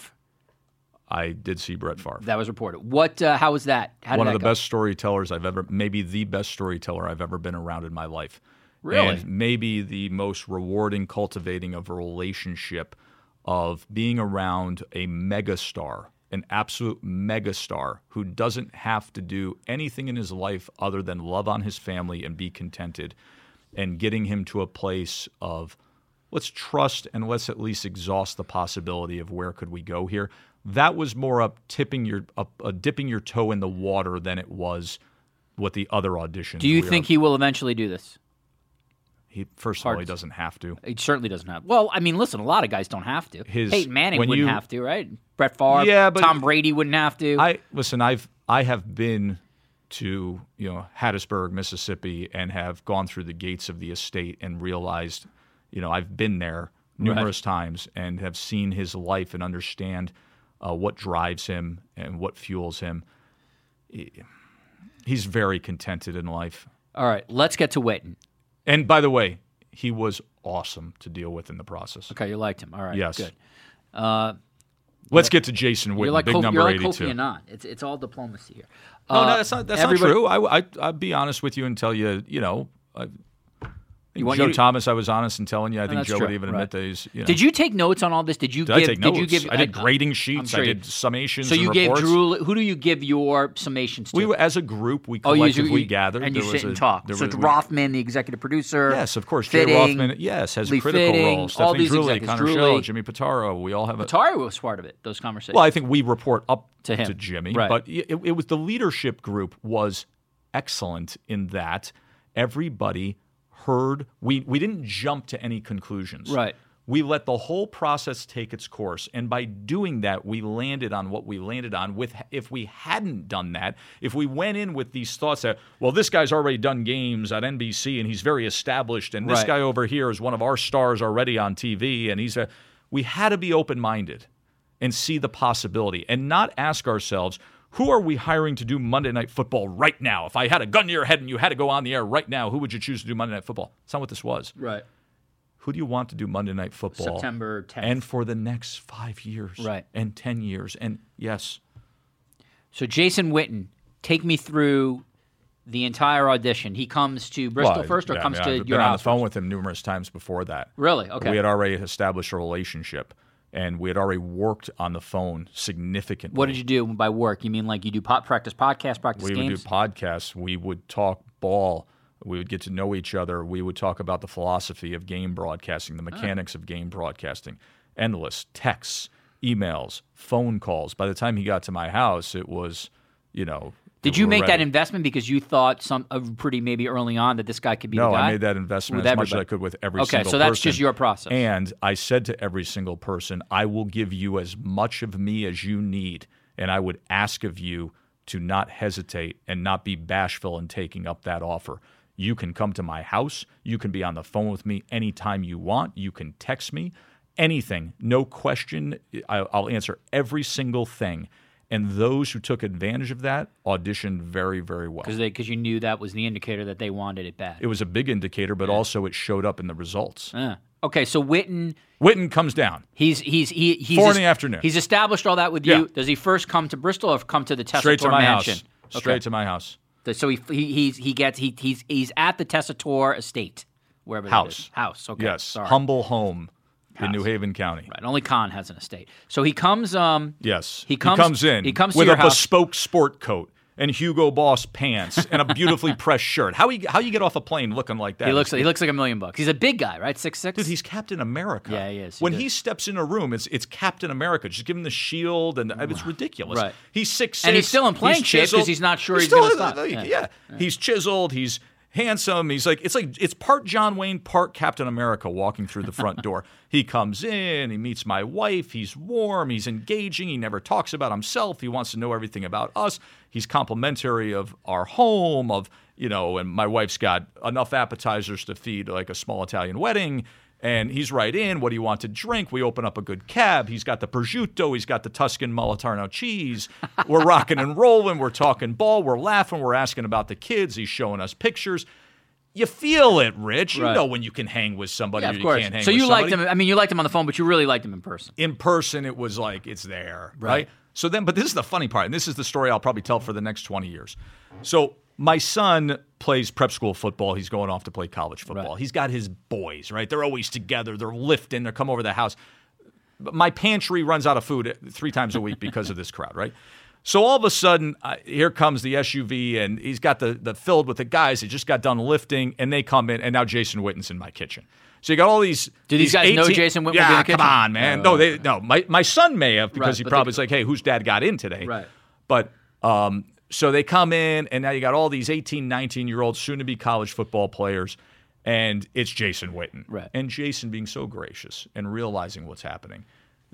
I did see Brett Favre.
That was reported. What? Uh, how was that? How did
one of
that
the
go?
best storytellers I've ever, maybe the best storyteller I've ever been around in my life.
Really?
And maybe the most rewarding cultivating of a relationship of being around a megastar, an absolute megastar who doesn't have to do anything in his life other than love on his family and be contented and getting him to a place of let's trust and let's at least exhaust the possibility of where could we go here. That was more up tipping your up, uh, dipping your toe in the water than it was what the other audition.
Do you think he will eventually do this?
he first of all he doesn't have to?
He certainly doesn't have. Well, I mean, listen, a lot of guys don't have to.
His-
Peyton Manning
when
wouldn't
you-
have to, right? Brett Favre,
Yeah, but-
Tom Brady wouldn't have to.
I listen. I've I have been to you know Hattiesburg, Mississippi, and have gone through the gates of the estate and realized, you know, I've been there numerous times and have seen his life and understand uh, what drives him and what fuels him. He- he's very contented in life.
All right, let's get to Witten.
And by the way, he was awesome to deal with in the process.
Okay, you liked him. All right,
Yes.
good. Uh,
Let's get to Jason
You're
Witten,
like
big
Kofi,
number
you're like
82.
Kofi Annan. It's it's all diplomacy here.
No,
Uh,
no, that's not that's
everybody-
not true. I, I I'll be honest with you and tell you, you know, I,
want
Joe
you to- Oh,
Thomas, I was honest in telling you. I think
that's
Joe
true,
would even
right.
admit that he's. You know,
Did you take notes on all this? Did you
Did
give?
I take notes?
Did you give?
I did grading sheets.
sure
I
you
did summations.
so you
and
gave
reports.
Drew. Who do you give your summations to?
We were, as a group, we
Oh, you- you-
collectively
you-
gathered
and you
There
sit
was
and
a-
talk.
there
So
was-
it's Rothman, the executive producer.
Yes, of course. Jay
Fitting,
Rothman. Yes, has
Lee
a critical
Fitting,
role.
all
Stephanie
these
Drulli,
executives,
Connor Shell,
Drulli.
Jimmy Pitaro. We all have a.
Atari was part of it. Those conversations.
Well, I think we report up
To
to,
him.
Jimmy,
Right.
but it, it was the leadership group was excellent in that everybody heard. We we didn't jump to any conclusions.
Right.
We let the whole process take its course, and by doing that, we landed on what we landed on. With if we hadn't done that, if we went in with these thoughts that, well, this guy's already done games on NBC and he's very established, and this
Right.
guy over here is one of our stars already on TV, and he's a, we had to be open minded and see the possibility and not ask ourselves who are we hiring to do Monday Night Football right now? If I had a gun to your head and you had to go on the air right now, who would you choose to do Monday Night Football? That's not what this was.
right.
Who do you want to do Monday Night Football?
September 10th.
And for the next five years.
Right.
And 10 years. And yes,
So Jason Witten, take me through the entire audition. He comes to Bristol first, or
yeah, I
comes
mean,
to
I've
your
been on
house?
the phone with him numerous times before that.
Really? Okay.
We had already established a relationship and we had already worked on the phone significantly.
What did you do by work? You mean like you do pop practice, podcast practice,
we
games?
would do podcasts. We would talk ball. We would get to know each other. We would talk about the philosophy of game
Ah.
broadcasting, the mechanics of game broadcasting. Endless texts, emails, phone calls. By the time he got to my house, it was, you know.
Did you
we're
make that
ready.
investment because you thought some uh, pretty maybe early on that this guy could be
No,
the guy?
I made that investment
With
as much as I
everybody.
could with every
Okay,
single person.
so that's just your process.
And I said to every single person, I will give you as much of me as you need, and I would ask of you to not hesitate and not be bashful in taking up that offer. You can come to my house. You can be on the phone with me anytime you want. You can text me. Anything, no question. I- I'll answer every single thing. And those who took advantage of that auditioned very, very well
because you knew that was the indicator that they wanted it bad.
it was a big indicator, but also it showed up in the results.
Uh, okay, so Witten,
Witten comes down.
he's he's he, he's
Four in the afternoon.
He's established all that with
Yeah.
you. Does he first come to Bristol or come to the Tessitore
Straight to my
mansion?
house. Straight to my house.
The- So he he he's, he gets he he's he's at the Tessitore estate, wherever that is.
House.
house. Okay,
yes.
sorry.
Humble home in New Haven County.
Right, Only Khan has an estate. So he comes. Um,
Yes.
He comes-
in
he comes to
with
your
a
house.
bespoke sport coat and Hugo Boss pants and a
[laughs]
beautifully pressed shirt. How he how you get off a plane looking like that?
He looks he looks like a million bucks. He's a big guy, right? Six six.
Dude, he's Captain America.
Yeah, he is. He
when
does.
he steps in a room, it's it's Captain America. Just give him the shield, and I mean, it's ridiculous.
Right.
He's six,
And he's still in playing shape 'cause
chiseled.
he's not sure he's
still
gonna
in-
stop.
Yeah. he's chiseled. He's handsome. He's like, it's like it's part John Wayne, part Captain America walking through the front
[laughs]
door. he comes in, he meets my wife. He's warm, he's engaging. He never talks about himself. He wants to know everything about us. He's complimentary of our home, of you know, and my wife's got enough appetizers to feed like a small Italian wedding. And he's right in. What do you want to drink? We open up a good cab. He's got the prosciutto. He's got the Tuscan Molitano cheese. We're rocking and rolling. We're talking ball. We're laughing. We're asking about the kids. He's showing us pictures. You feel it, Rich. You
Right.
know when you can hang with somebody
Yeah,
or
of
you
course.
can't hang
So
with
you liked
somebody.
him. I mean, you liked him on the phone, but you really liked him in person.
In person, it was like, it's there. Right.
Right.
So then, but this is the funny part. And this is the story I'll probably tell for the next 20 years. So my son plays prep school football. He's going off to play college football. He's got his boys, right? They're always together. They're lifting. They come over to the house but my pantry runs out of food three times a week because of this crowd, right? So all of a sudden, uh, here comes the SUV, and he's got the the filled with the guys that just got done lifting, and they come in, and now Jason Witten's in my kitchen. So you got all these.
Do these guys know
18
Jason Witten will be in
Yeah,
the kitchen?
come on, man.
Oh,
No, they no. My my son may have because
Right,
he
but
probably
the-
was like, hey, whose dad got in today?
Right.
But um, so they come in, and now you got all these 18, 19 year old soon to be college football players, and it's Jason Witten.
Right.
And Jason being so gracious and realizing what's happening,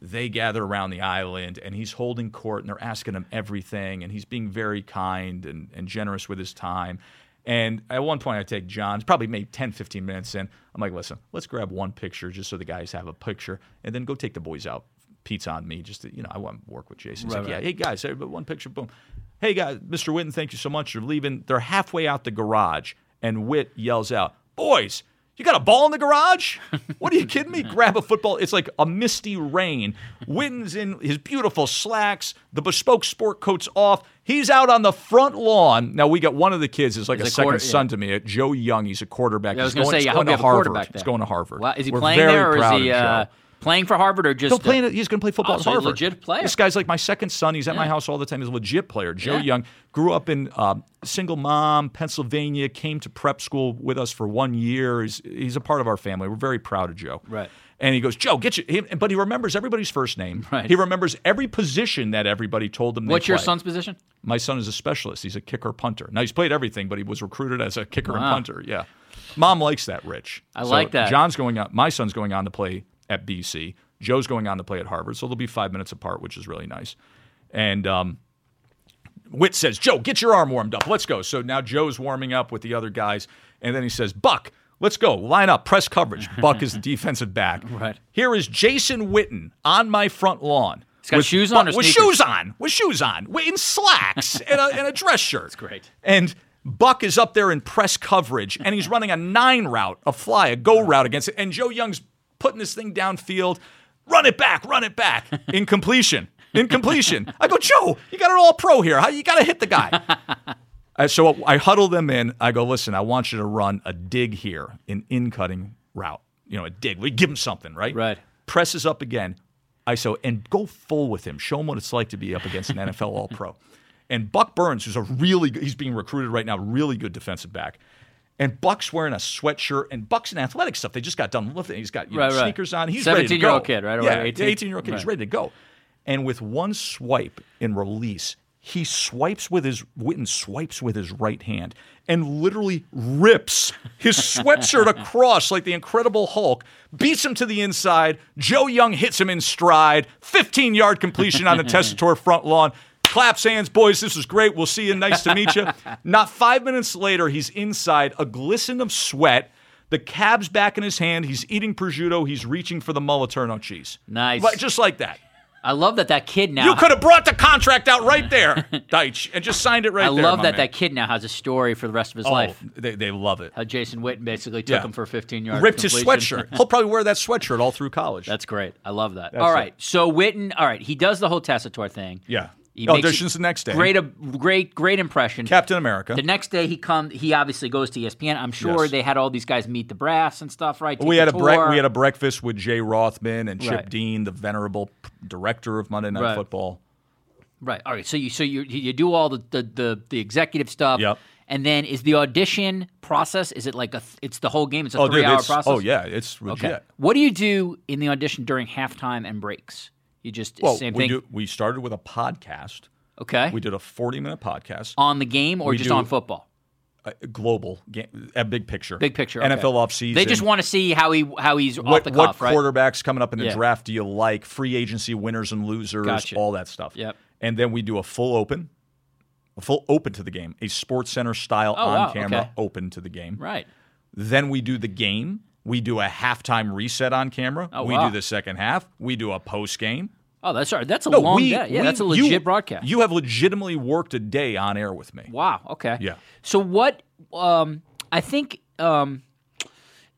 they gather around the island, and he's holding court, and they're asking him everything, and he's being very kind and, and generous with his time. And at one point, I take John's probably maybe 10, 15 minutes in. I'm like, listen, let's grab one picture just so the guys have a picture, and then go take the boys out. Pizza on me, just to, you know, I want to work with Jason. He's like, yeah, hey guys, everybody, one picture, boom. Hey guys, Mr. Witten, thank you so much. You're leaving. They're halfway out the garage, and Witt yells out, Boys, you got a ball in the garage? What are you kidding me? Grab a football. It's like a misty rain. Witten's in his beautiful slacks, the bespoke sport coat's off. He's out on the front lawn. Now we got one of the kids is like
He's
a,
a
second
quarter-
son to me, Joe Young. He's a quarterback.
Yeah, I was
He's
going to
going,
say,
he's
I hope
going to
you have a
Harvard.
quarterback. There.
He's going to Harvard.
Wow, is he
We're
playing
very
there, or is
proud
he
of Joe.
uh, playing for Harvard, or just
No,
uh,
playing. He's going to play football
Oh,
at
so he's a
Harvard.
legit player.
This guy's like my second son. He's at my
Yeah.
house all the time. He's a legit player. Joe
Yeah.
Young grew up in um, single mom, Pennsylvania. Came to prep school with us for one year. He's, he's a part of our family. We're very proud of Joe.
Right.
And he goes, Joe, get you. He, but he remembers everybody's first name.
Right.
He remembers every position that everybody told him. they
What's your
play.
son's position?
My son is a specialist. He's a kicker punter. Now he's played everything, but he was recruited as a kicker and
Wow.
punter. Yeah. Mom likes that, Rich.
I like that.
John's going on. My son's going on to play at BC. Joe's going on to play at Harvard. So they'll be five minutes apart, which is really nice. And um, Witt says, Joe, get your arm warmed up. Let's go. So now Joe's warming up with the other guys. And then he says, Buck, let's go. Line up,
[laughs]
press coverage. Buck is the defensive back.
Right.
Here is Jason Witten on my front lawn.
He's got shoes on or
with
sneakers?
shoes on, with shoes on, with- in slacks and, a, and a dress shirt. That's
great.
And Buck is up there in press coverage, and he's running a nine route, a fly, a go route against it. And Joe Young's putting this thing downfield. Run it back, run it back. Incompletion. Incompletion. I go, Joe, you got an all pro here. How you gotta hit the guy. Uh, so I huddle them in. I go, listen, I want you to run a dig here, an in cutting route. You know, a dig. We give him something, right?
Right.
Presses up again. I so and go full with him. Show him what it's like to be up against an [laughs] NFL All Pro. And Buck Burns, who's a really good, he's being recruited right now, really good defensive back. And Buck's wearing a sweatshirt, and Buck's in athletic stuff. They just got done lifting. He's got you know,
Right, right.
sneakers on. He's ready to go.
17-year-old kid, right? Or
Yeah,
18?
18 year old kid. He's
Right.
ready ready to go. And with one swipe and release, he swipes with his Witten swipes with his right hand and literally rips his sweatshirt across like the Incredible Hulk, beats him to the inside. Joe Young hits him in stride, 15 yard completion on the Testator front lawn. Claps hands, boys. This was great. We'll see you. Nice to meet you. Not five minutes later, he's inside, a glisten of sweat. The cab's back in his hand. He's eating prosciutto. He's reaching for the Moliterno cheese.
Nice.
Like- just like that.
I love that that kid now.
You could have brought the contract out right
[laughs]
there, Deitch, and just signed it right
I
there.
love
my
that
man.
that kid now has a story for the rest of his
Oh,
life.
They, they love it.
How Jason Witten basically took
Yeah.
him for 15 yards.
Ripped his
completion. [laughs]
sweatshirt. He'll probably wear that sweatshirt all through college.
That's great. I love that. all
it.
right. So Witten, all right, he does the whole Tessitore thing.
yeah.
He makes-
Auditions the next day.
Great, a, great, great impression.
Captain America.
The next day he come he obviously goes to E ESPN. I'm sure
Yes.
they had all these guys meet the brass and stuff, right?
we had a bre-
break.
we had a breakfast with Jay Rothman and Chip
Right.
Dean, the venerable p- director of Monday Night
Right.
Football.
right. All right. So you so you you do all the the the, the executive stuff.
Yep.
And then is the audition process? Is it like a? th- It's the whole game. It's a
Oh,
three
dude,
hour
it's,
process.
oh yeah, it's legit.
Okay. What do you do in the audition during halftime and breaks? You just
Well,
same
we
thing.
do. We started with a podcast.
okay.
We did a forty-minute podcast.
on the game or
We
just
do-
on football?
uh, global ga- a big picture.
Big picture, okay.
NFL offseason.
They just want to see how he how he's off
what,
the cuff,
what
right?
quarterbacks coming up in the
Yeah.
draft do you like? Free agency winners and losers,
Gotcha.
all that stuff.
Yep.
And then we do a full open, a full open to the game, a Sports Center style
Oh,
on
wow,
camera
okay.
open to the game.
Right.
Then we do the game. We do a halftime reset on camera.
Oh,
we
wow.
do the second half. We do a post game.
Oh, that's all right. That's a long day. Yeah, that's a legit broadcast.
You have legitimately worked a day on air with me.
Wow. Okay.
Yeah.
So what? Um, I think um,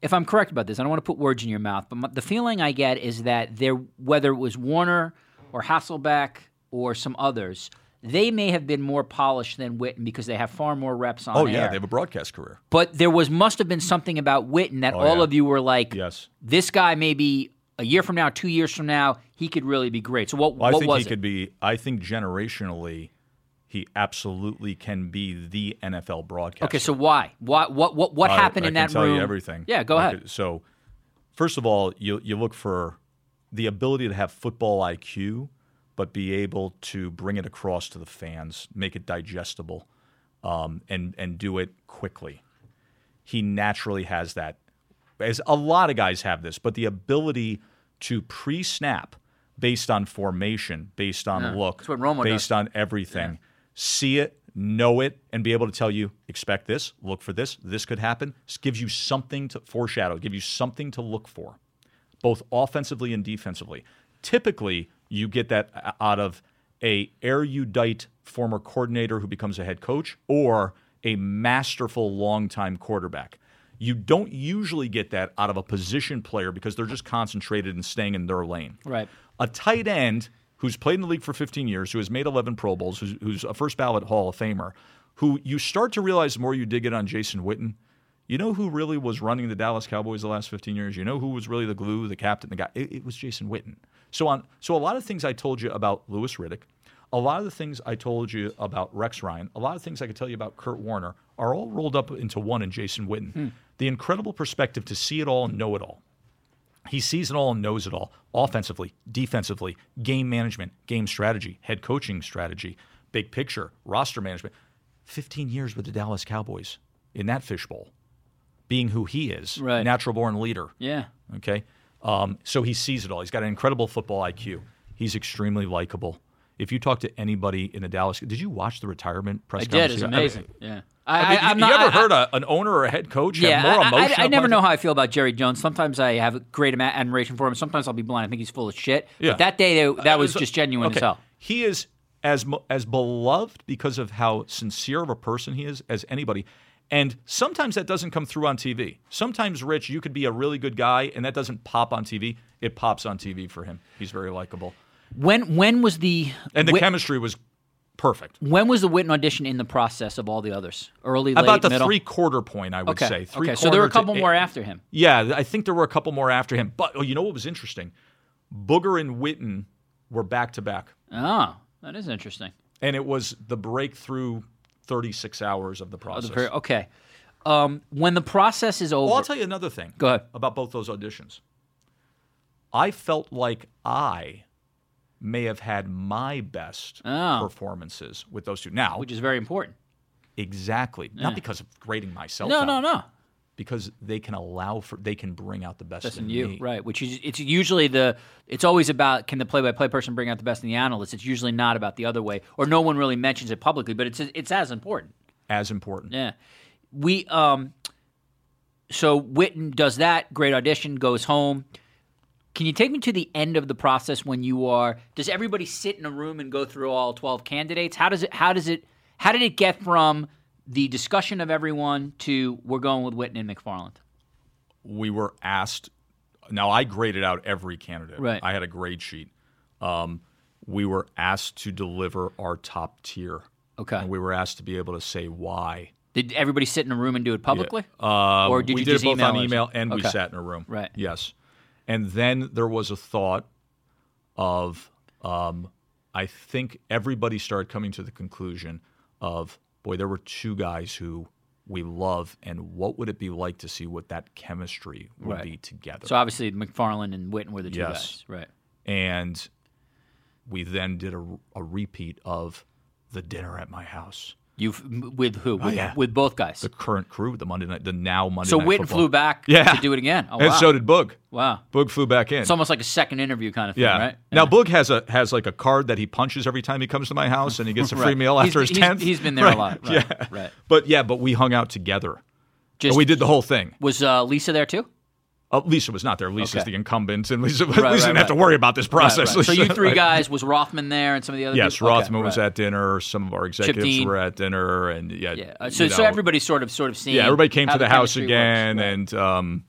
if I'm correct about this, I don't want to put words in your mouth, but my, the feeling I get is that there, whether it was Warner or Hasselbeck or some others, they may have been more polished than Witten because they have far more reps on
Oh
air.
yeah, they have a broadcast career.
but there was must have been something about Witten that all
Oh, yeah.
of you were like,
Yes.
this guy maybe a year from now, two years from now, he could really be great. So what?
Well, I
what
think
was
he
it?
could be. I think generationally, he absolutely can be the NFL broadcaster.
okay. So why? Why? What? What? What
I-
happened
I
in
can
that
tell
room?
You everything.
Yeah. Go
I
ahead.
could- so, first of all, you you look for the ability to have football IQ, but be able to bring it across to the fans, make it digestible, um, and and do it quickly. He naturally has that, as a lot of guys have this, but the ability to pre-snap based on formation, based on look,
that's what Romo does.
based on everything. See it, know it, and be able to tell you, expect this, look for this, this could happen. This gives you something to foreshadow, give you something to look for, both offensively and defensively. Typically, you get that o- out of a erudite former coordinator who becomes a head coach or a masterful longtime quarterback. You don't usually get that out of a position player because they're just concentrated and staying in their lane.
Right.
A tight end who's played in the league for 15 years, who has made 11 Pro Bowls, who's, who's a first ballot Hall of Famer, who you start to realize the more you dig in on Jason Witten, you know who really was running the Dallas Cowboys the last 15 years? You know who was really the glue, the captain, the guy? It, it was Jason Witten. So on, so a lot of things I told you about Lewis Riddick, a lot of the things I told you about Rex Ryan, a lot of things I could tell you about Kurt Warner are all rolled up into one in Jason Witten. The incredible perspective to see it all and know it all. He sees it all and knows it all offensively, defensively, game management, game strategy, head coaching strategy, big picture, roster management. 15 years with the Dallas Cowboys in that fishbowl, being who he is,
Right.
natural born leader.
Yeah.
Okay. Um, so he sees it all. He's got an incredible football IQ. He's extremely likable. If you talk to anybody in the Dallas, did you watch the retirement press
I
conference?
did. It's
I mean,
amazing. yeah. I,
I mean,
I, I'm
you,
not-
you ever
I-
heard a, an owner or a head coach
Yeah,
have
I-
more
I-
emotion?
I,
up
never
on-
know how I feel about Jerry Jones. Sometimes I have a great ama- admiration for him. Sometimes I'll be blind. I think he's full of shit.
Yeah. Uh,
But that day, that was
So-
just genuine
okay.
as hell.
He is as mo- as beloved because of how sincere of a person he is as anybody. And sometimes that doesn't come through on TV. Sometimes, Rich, you could be a really good guy, and that doesn't pop on TV. It pops on TV for him. He's very likable,
When when was the
and the
Whit-
chemistry was perfect.
when was the Witten audition in the process of all the others? Early, late,
About the
middle.
three quarter point, I would
okay.
say. Three
okay. So there were a
quarter to
couple more
eight-
after him.
Yeah, th- I think there were a couple more after him. But oh, you know what was interesting? Booger and Witten were back to back.
Oh, that is interesting.
and it was the breakthrough 36 hours of the process.
Very- Okay. Um, when the process is over,
well, I'll tell you another thing
Go ahead.
about both those auditions. I felt like I may have had my best
Oh.
performances with those two. Now,
which is very important.
exactly, not because of grading myself.
No,
out,
no, no.
Because they can allow for, they can bring out the best,
best in
in
you,
me.
right? Which is it's usually the it's always about can the play-by-play person bring out the best in the analyst. It's usually not about the other way, or no one really mentions it publicly, but it's it's as important.
As important.
Yeah, we um, so Witten does that great audition, goes home. Can you take me to the end of the process when you are? Does everybody sit in a room and go through all twelve candidates? How does it? How does it? How did it get from the discussion of everyone to we're going with Witten and McFarland?
we were asked. Now I graded out every candidate.
Right.
I had a grade sheet. Um, we were asked to deliver our top tier.
Okay.
And we were asked to be able to say why.
Did everybody sit in a room and do it publicly?
Uh,
Or did
we
you
did
just
it both
email
on
us?
email and we
Okay.
sat in a room.
Right.
Yes. And then there was a thought of um, I think everybody started coming to the conclusion of boy, there were two guys who we love, and what would it be like to see what that chemistry would
Right.
be together?
So obviously McFarland and Witten were the two
Yes.
guys, right?
and we then did a, a repeat of the dinner at my house
You've m- with who? With,
Oh, yeah.
with both guys.
The current crew, the Monday night, the now Monday
so
night.
Witten
Football.
flew back
Yeah.
to do it again. Oh,
and
wow.
so did Boog.
wow.
Boog flew back in.
It's almost like a second interview kind of thing,
yeah.
right?
Now Boog has a has like a card that he punches every time he comes to my house, and he gets a free
[laughs] Right.
meal
He's-
after his
he's-
tenth.
he's been there a lot, right,
Yeah.
right.
But yeah, but we hung out together.
Just
and we did the whole thing.
was uh, Lisa there
[laughs]
too?
Uh, Lisa was not there. Lisa's
Okay.
the incumbent, and Lisa, [laughs] Lisa
right,
didn't have to
right.
worry about this
Right,
process.
right. So you
Lisa-
three
like-
guys was Rothman there and some of the other
Yes,
people? Okay,
Rothman was
right.
at dinner. Some of our executives
Dean.
were at dinner, and yeah,
Yeah. uh, So
you
so
know,
everybody's sort of sort of seeing.
Yeah, everybody came
how
to the, house
chemistry works,
again,
right.
and um,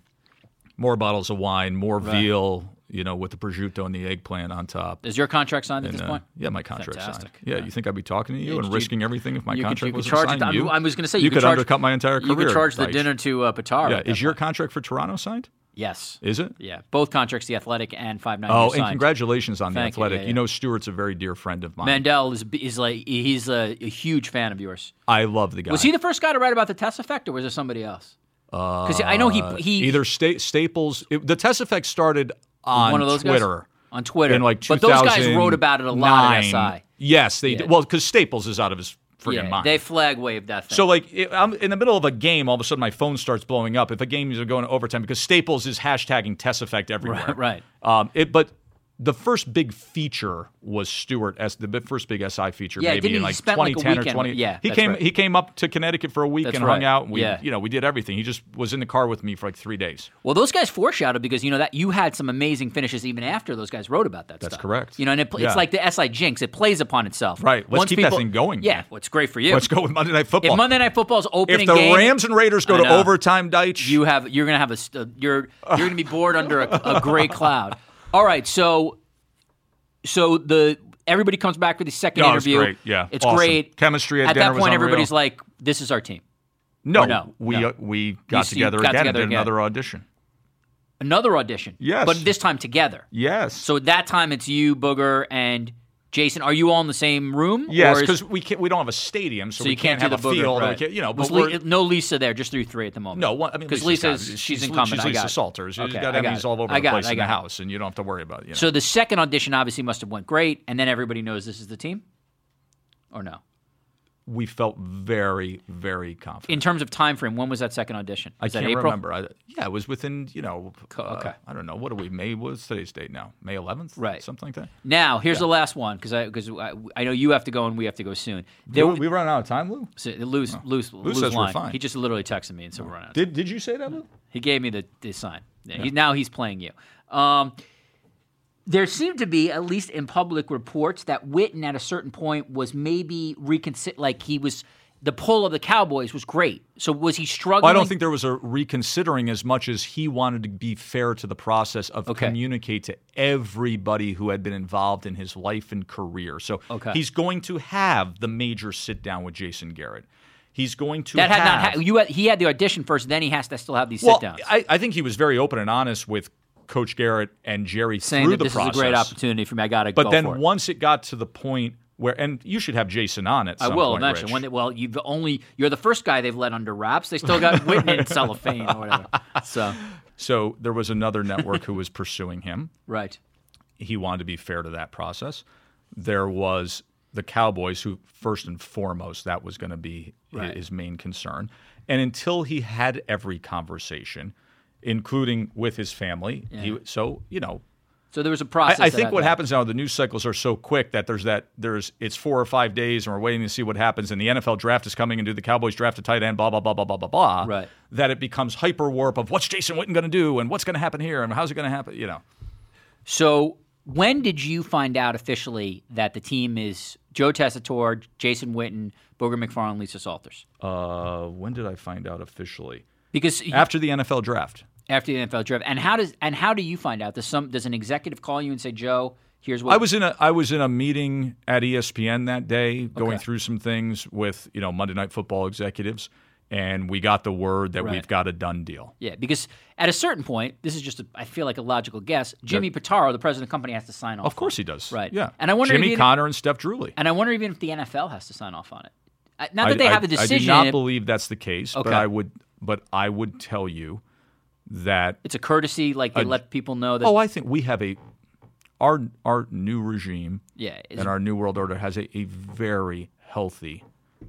more bottles of wine, more veal. You know, with the prosciutto and the eggplant on top.
Is your contract signed at this
Uh,
point?
yeah, my contract signed.
Fantastic.
Yeah, you think I'd be talking to you and
you-
risking everything if my
you could-
contract
you could
was
charge
signed?
it- I'm-
you,
I was gonna say,
you,
you
could
could charge-
undercut my entire
You
career.
could charge the
Deitch.
dinner to uh, Pitaro.
Yeah,
at
is
that
your
point.
contract for Toronto signed?
yes?
Is it?
yeah, both contracts, the Athletic and Five Nine.
Oh,
signed.
and congratulations on
Thank
the
you, yeah,
athletic. You,
yeah.
know, Stewart's a very dear friend of mine.
Mandel is is like he's a, a huge fan of yours.
I love the guy.
Was he the first guy to write about the test effect, or was it somebody else? Because I know he he
Uh, either sta- Staples? It, the test effect started on
one of those guys?
Twitter
on Twitter.
in like
but those guys wrote about it a lot at
2009.
SI.
Yes, they did. well because Staples is out of his freaking
Yeah,
mind.
they flag waved that thing.
So like it, I'm in the middle of a game, all of a sudden my phone starts blowing up. If a game is going to overtime, because Staples is hashtagging Tess Effect everywhere.
Right,
Um, it, but the first big feature was Stewart as the first big SI feature.
Yeah,
maybe
didn't
in
he
like
spend, like, a
2010
weekend?
or 20.
Yeah,
he
that's
came
right.
he came up to Connecticut for a week
That's
and
right.
hung out. And we
Yeah.
you know we did everything. He just was in the car with me for like three days.
Well, those guys foreshadowed because you know that you had some amazing finishes even after those guys wrote about that. That's stuff.
correct.
You know, and it, pl-
Yeah.
it's like the SI jinx; it plays upon itself.
Right. Let's keep that thing going,
Yeah,
man.
what's great for you?
Let's go with Monday Night
If
Football.
Monday Night Football's
if
opening
the
game,
Rams and Raiders go
I
to
know.
overtime, Deitch,
you have you're gonna have a st- you're you're gonna be bored under a, a gray
[laughs]
cloud. All right, so so the everybody comes back for the second
No, Oh, it's
interview.
great. Yeah,
it's
awesome.
great.
Chemistry at
at
dinner
that
was
point,
unreal.
everybody's like, "This is our team."
no,
no,
we
no.
Uh, we got
see-
together
got
again
together
and did
again.
another audition.
Another audition.
Yes.
but this time together.
Yes.
So at that time, it's you, Booger, and Jason. Are you all in the same room?
Yes,
or is-
because we can't, we don't have a stadium, so,
so
we
you can't,
can't,
do
have
the
a
Booger.
field.
right.
We can't, you know,
Was
but
Lee-
we're,
no Lisa there, just through three at the moment.
no. One, I mean,
because
got-
Lisa's she's incumbent.
She's
I got
Lisa
it.
Salters. She's
Okay,
got
I got
Emmys
it.
all over
I
the
got
place
it, I
in the
got it.
house, and you don't have to worry about it. You know?
So the second audition obviously must have went great, and then everybody knows this is the team, or no?
we felt very, very confident.
In terms of time frame, when was that second audition?
I
Was that
can't
April?
remember. I, yeah, it was within you know. uh,
okay.
I don't know. What are we? May was today's date now? May 11th,
Right.
Something like that.
Now here's the last one because I because I, I know you have to go and we have to go soon. There,
Lou, we run out of time, Lou.
so, Lou's, Lou's, Lou's
says we're
line.
fine.
He just literally texted me and said we're running out. of
Did Did you say that, Lou?
He gave me the, the sign. Yeah, he- now he's playing you. Um, there seemed to be, at least in public reports, that Witten at a certain point was maybe reconsider. Like he was, the pull of the Cowboys was great. So was he struggling?
I don't think there was a reconsidering as much as he wanted to be fair to the process of
Okay.
communicate to everybody who had been involved in his life and career. So
Okay.
he's going to have the major sit down with Jason Garrett. He's going to
that had
have,
not. Ha- you had, he had the audition first. Then he has to still have these
well,
sit downs.
I, I think he was very open and honest with Coach Garrett and Jerry
Saying
through
that
the
this
process.
is a great opportunity for me. I got to.
But
go
then
for it.
once it got to the point where, and you should have Jason on it.
I will eventually. One that, well, you've only you're the first guy they've let under wraps. They
[laughs]
still got Witten in cellophane or whatever. So
so there was another network who was
[laughs]
pursuing him.
right.
he wanted to be fair to that process. There was the Cowboys, who first and foremost that was going to be hi-
Right.
his main concern. And until he had every conversation, including with his family, he, so you know,
So there was a
I,
process.
I
that
think
had
what
to happen.
happens now the news cycles are so quick that there's that there's it's four or five days and we're waiting to see what happens and the NFL draft is coming and do the Cowboys draft a tight end blah blah blah blah blah blah blah
Right.
that it becomes hyper warp of what's Jason Witten going to do and what's going to happen here and how's it going to happen you know
So when did you find out officially that the team is Joe Tessitore, Jason Witten, Booger McFarland, Lisa Salters?
uh, when did I find out officially
Because you-
after the NFL draft.
after the NFL draft, and how does and how do you find out? Does some does an executive call you and say, Joe, here's what
I was in a I was in a meeting at E ESPN that day, going through some things with you know Monday Night Football executives, and we got the word that we've got a done deal.
Yeah, because at a certain point, this is just a, I feel like a logical guess. Jimmy Pitaro, the president of the company, has to sign off.
Of course he does.
Right.
Yeah.
And I wonder if
Jimmy
he-
Connor and Steph Drewley.
and I wonder even if the NFL has to sign off on it. I- Not that they have a
I do
decision.
not
in it,
believe that's the case,
Okay.
but I would but I would tell you that
it's a courtesy, like they let people know that.
oh, I think we have a our our new regime
yeah, it's-
and our new world order has a, a very healthy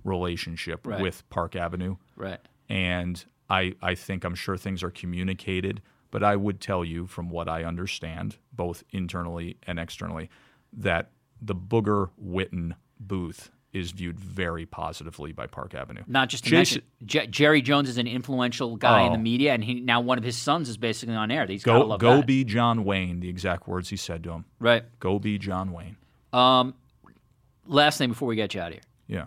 relationship
Right.
with Park Avenue.
Right.
And I, I think I'm sure things are communicated, but I would tell you from what I understand, both internally and externally, that the Booger Witten booth is viewed very positively by Park Avenue.
Not just to
Jason-
mention, J- Jerry Jones is an influential guy in the
Oh.
media, and he now one of his sons is basically on air. He's gotta
Go,
love
go
that.
be John Wayne, the exact words he said to him.
right.
Go be John Wayne.
Last thing before we get you out of here.
Yeah.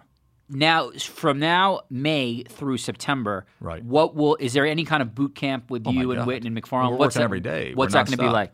Now, from now May through September,
Right. Oh
What will is there any kind of boot camp with you and
God.
Witten and McFarland?
We're
what's
working
that,
every day.
What's
We're
that going to be
nonstop.
like?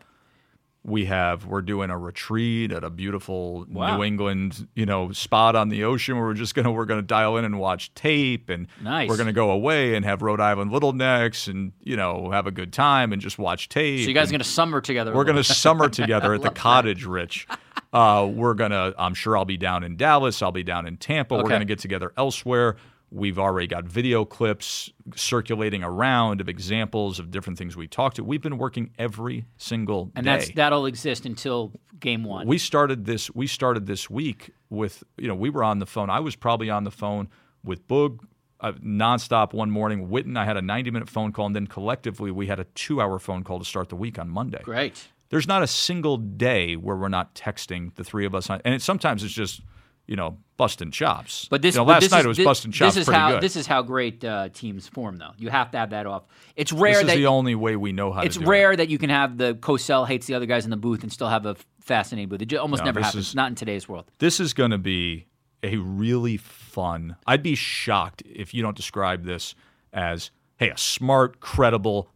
we have we're doing a retreat at a beautiful
Wow.
New England, you know, spot on the ocean where we're just gonna we're gonna dial in and watch tape and
Nice.
we're gonna go away and have Rhode Island Little Necks and, you know, have a good time and just watch tape.
So you guys are
and
going to summer together? a
we're
little [laughs]
gonna summer together at the cottage, Rich. Uh, we're gonna I'm sure I'll be down in Dallas, I'll be down in Tampa, we're
Okay.
gonna get together elsewhere. We've already got video clips circulating around of examples of different things we talked to. We've been working every single
and
day.
that's that'll exist until game one.
We started this. We started this week with you know we were on the phone. I was probably on the phone with Boog uh, nonstop one morning. Witten, I had a 90 minute phone call, and then collectively we had a two hour phone call to start the week on Monday.
Great.
There's not a single day where we're not texting the three of us, on, and it, sometimes it's just you know busting chops.
But this
You know,
but
last
this
night
is,
it was
thi-
busting chops
This is
pretty
how
good.
this is how great uh, teams form, though. You have to have that off. It's
This
rare
is
that
the only way we know how
it's
to do
rare that you can have the Cosell hates the other guys in the booth and still have a fascinating booth. It ju- almost never
this
happens.
is-
Not in today's world.
this is going to be a really fun. I'd be shocked if you don't describe this as hey, a smart, credible,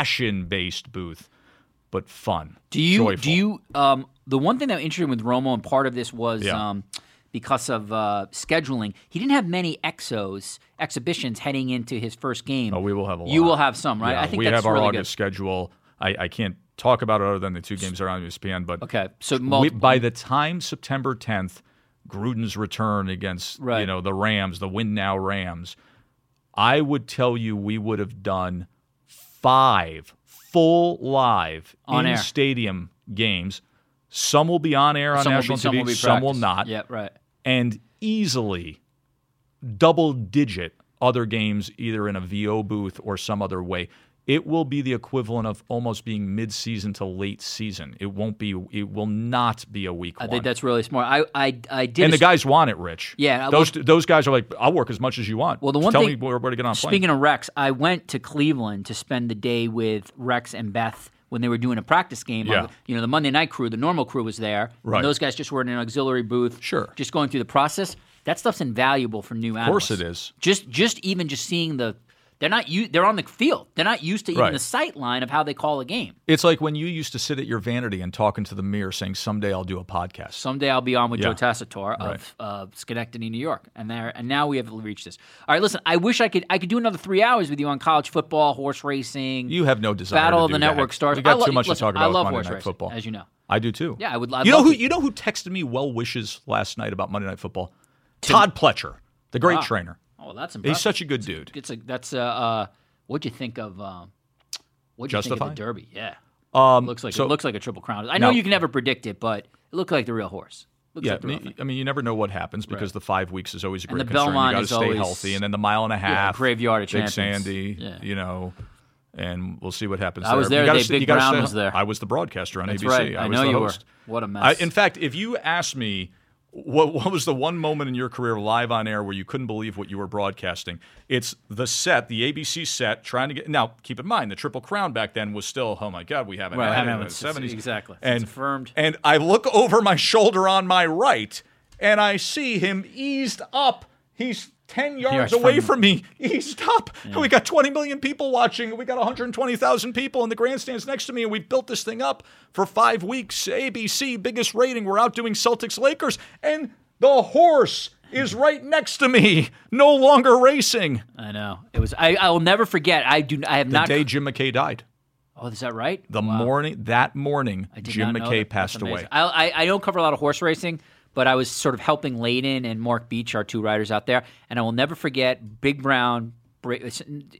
passion-based booth, but fun.
Do you
joyful.
do you um, the one thing that interested me with Romo and part of this was
Yeah.
um, because of uh, scheduling. He didn't have many exos exhibitions heading into his first game.
Oh, we will have a
You
lot.
will have some, right?
Yeah,
I think
we
that's
have our
really
August schedule. I, I can't talk about it other than the two games that are on E ESPN, but
good. Okay, so
we,
mul-
by the time September 10th, Gruden's return against
Right.
you know the Rams, the win now Rams, I would tell you we would have done five full live
On
in
air.
stadium games. Some will be on air on
some will be,
national
some
TV,
will be
some will
practice.
not,
Yeah, right.
and easily double digit other games either in a VO booth or some other way. It will be the equivalent of almost being mid season to late season. It won't be it will not be a week
I
one.
think that's really smart. I I, I did.
and
a
the guys want it, Rich.
Yeah, I
Those those guys are like, I'll work as much as you want.
Well, the
Just
one
tell
thing-
me where, where to get on a plane.
Speaking of Rex, I went to Cleveland to spend the day with Rex and Beth when they were doing a practice game.
Yeah.
you know, the Monday night crew, the normal crew was there. and
Right.
those guys just were in an auxiliary booth.
Sure.
Just going through the process. That stuff's invaluable for new analysts.
course it is.
Just just even just seeing the they're not u- they're on the field. They're not used to even
Right.
the sight line of how they call a game.
it's like when you used to sit at your vanity and talk into the mirror, saying, "Someday I'll do a podcast."
Someday I'll be on with Joe
Yeah.
Tassator of uh, Schenectady, New York, and there. And now we have reached this. All right, listen. I wish I could. I could do another three hours with you on college football, horse racing.
you have no desire.
Battle
to
of the
do that.
Network Stars.
We
I
got
lo-
too much
listen,
to talk about.
I love
with Monday
horse
Night
racing,
Football,
as you know.
I do too.
Yeah, I would- I'd
you know
love
who
to-
you know who texted me well wishes last night about Monday Night Football? Todd Pletcher, the great trainer.
Oh, well, that's
He's
impressive.
such a good dude.
It's a, that's a, uh, what'd you think of? Um, what'd you
Justify?
think of the Derby? Yeah,
Um,
looks like
so-
it looks like a triple crown. I know
Now-
you can never predict it, but it looked like the real horse. Looks
yeah,
like the
I
real
mean-
thing.
I mean, you never know what happens because the five weeks is always a great
the
concern.
Belmont
you got to
is
stay
always-
healthy, and then the mile and a half
graveyard of
Big
champions.
Sandy,
Yeah.
you know, and we'll see what happens.
I was there
there.
the
You gotta
day
stay- you
Big
gotta
Brown
stay-
was there.
I was the broadcaster on
That's
ABC.
right.
I,
I
was
know
the
you
host.
were. What a mess.
I, in fact, if you asked me what, what was the one moment in your career live on air where you couldn't believe what you were broadcasting, it's the set, the ABC set, trying to get. Now, keep in mind, the Triple Crown back then was still, oh my God, we haven't
Right,
had
I
it
know,
in the
it's- it's-
70s.
exactly. It's
And,
affirmed.
And I look over my shoulder on my right, and I see him eased up. He's 10 yards
from
away
you.
from for me. He's top. And we got 20 million people watching. and We got 120,000 people in the grandstands next to me. And we built this thing up for five weeks. ABC, biggest rating. We're outdoing Celtics Lakers. And the horse is right next to me, no longer racing.
I know it was. I, I will never forget. I do. I have
The
not.
day Jim McKay died.
oh, is that right?
The morning, that morning,
I did
Jim
not know
McKay
that. That's
passed
amazing.
away.
I, I, I don't cover a lot of horse racing, but I was sort of helping Layden and Mark Beach, our two riders out there, and I will never forget Big Brown. bra-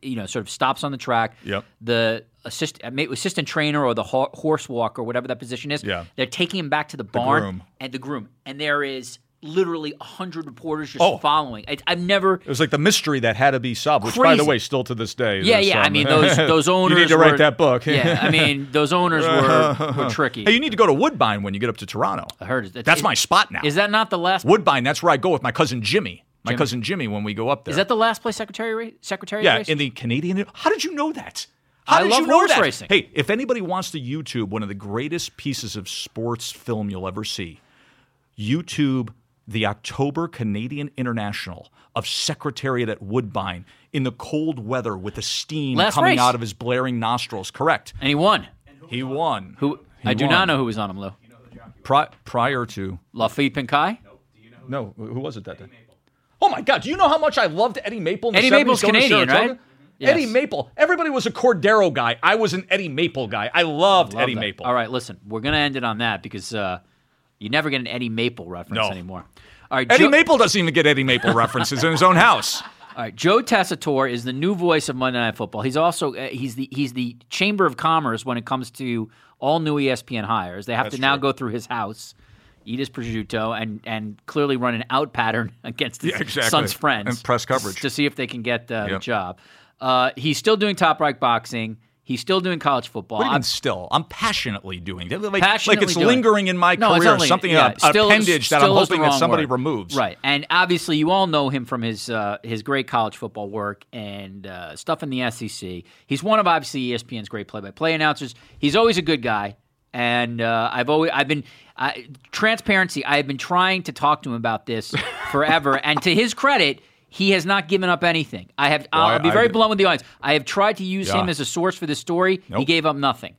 You know, sort of stops on the track.
Yep.
The assist, uh, ma- assistant trainer or the ho- horse walk or whatever that position is.
Yeah.
They're taking him back to the barn
groom.
and the groom, and there is literally hundred reporters just
Oh.
following. I, I've never.
It was like the mystery that had to be solved, which, by the
Crazy.
way, still to this day.
Yeah,
there's
yeah. I
some- [laughs]
mean, those those owners.
you need to write
were-
that book.
yeah, I mean, those owners were,
[laughs]
were tricky.
hey, you need to go to Woodbine when you get up to Toronto.
I heard it.
That's
Is-
my spot now.
Is that not the last?
Woodbine? That's where I go with my cousin Jimmy. My
Jimmy.
cousin Jimmy when we go up there.
Is that the last place secretary race? Secretary
yeah,
race?
in the Canadian. How did you know that? How
I
did
love
you know
horse
that?
racing.
Hey, if anybody wants to YouTube one of the greatest pieces of sports film you'll ever see, YouTube the October Canadian International of Secretariat at Woodbine in the cold weather with the steam
Last
coming
race.
out of his blaring nostrils. Correct.
and he won.
He won.
Who
He
I do
won.
not know who was on him, Lou.
Pri- prior to
Lafitte Pinkai.
No, wh- who was it that day? Oh my God! Do you know how much I loved Eddie Maple? In the
Eddie
70s
Maple's
going to
Canadian,
Saratoga?
right? Yes.
Eddie Maple. Everybody was a Cordero guy. I was an Eddie Maple guy. I loved
Love
Eddie
that.
Maple.
All right, listen, we're gonna end it on that because uh, you never get an Eddie Maple reference
No.
anymore. All right,
Eddie
Joe,
Maple doesn't even get Eddie Maple references in his
[laughs]
own house.
all right, Joe Tessitore is the new voice of Monday Night Football. He's also uh, he's the he's the Chamber of Commerce when it comes to all new E ESPN hires. They have to now go through his house, eat his prosciutto, and and clearly run an out pattern [laughs] against his
Yeah, exactly.
son's friends
And press coverage.
to see if they can get uh, the
Yep.
job. Uh, he's still doing top right boxing. He's still doing college football.
What do you
I'm-
mean still? I'm passionately doing it. Like,
passionately
like it's
doing it.
lingering in my
No, it's
career,
not lingering.
something
Yeah,
an
still-
appendage that I'm
still is the
hoping that
wrong
somebody
word.
removes.
Right, and obviously you all know him from his uh, his great college football work and uh, stuff in the SEC. He's one of obviously E ESPN's great play-by-play announcers. He's always a good guy, and uh, I've always I've been I, transparency. I have been trying to talk to him about
[laughs]
this forever, and to his credit. He has not given up anything. I have. I'll
I-
be very
I-
blunt with the audience. I have tried to use
Yeah.
him as a source for this story. He
Nope.
gave up nothing,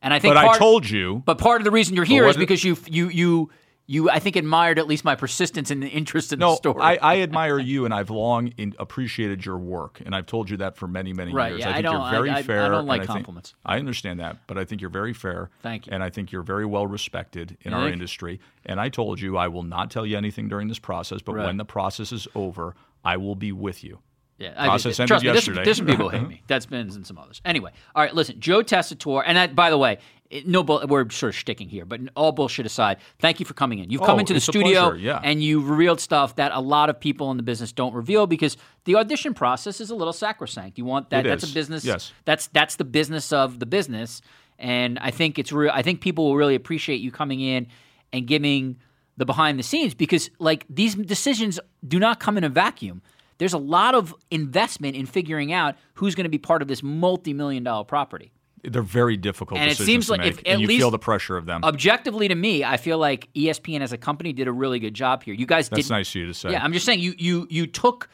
and I think.
But I
part-
told you.
but part of the reason you're here is
wasn't-
because you you you you I think admired at least my persistence and interest in the [laughs]
No,
story.
I, I admire you, and I've long in, appreciated your work, and I've told you that for many, many
Right,
years.
yeah,
I
I
think
don't-
you're very
I- I- I
fair.
don't
and
like
think-
compliments.
I understand that, but I think you're very fair.
Thank you.
And I think you're very well respected in
You
our
think?
industry. And I told you I will not tell you anything during this process, but
Right.
when the process is over, I will be with you.
yeah, I-
process ended
trust me,
yesterday. Uh-huh.
There's, there's some people who hate me. That's Ben's and some others. Anyway, all right, listen, Joe Tessitore, and that, by the way, it- no, bull, we're sort of sticking here, but all bullshit aside, thank you for coming in. You've come
Oh,
into the
it's a
studio
pleasure, yeah.
and you revealed stuff that a lot of people in the business don't reveal because the audition process is a little sacrosanct. You want that?
It
that's
is,
a business.
yes.
That's that's the business of the business, and I think it's real. I think people will really appreciate you coming in and giving the behind the scenes because like these decisions do not come in a vacuum. There's a lot of investment in figuring out who's going to be part of this multi-million dollar property.
They're very difficult
And it
decisions
seems
to
like if
make, and
at
you
least-
feel the pressure of them.
Objectively, to me, I feel like E ESPN as a company did a really good job here. You guys
That's
did
nice of you to say.
Yeah, I'm just saying you you you took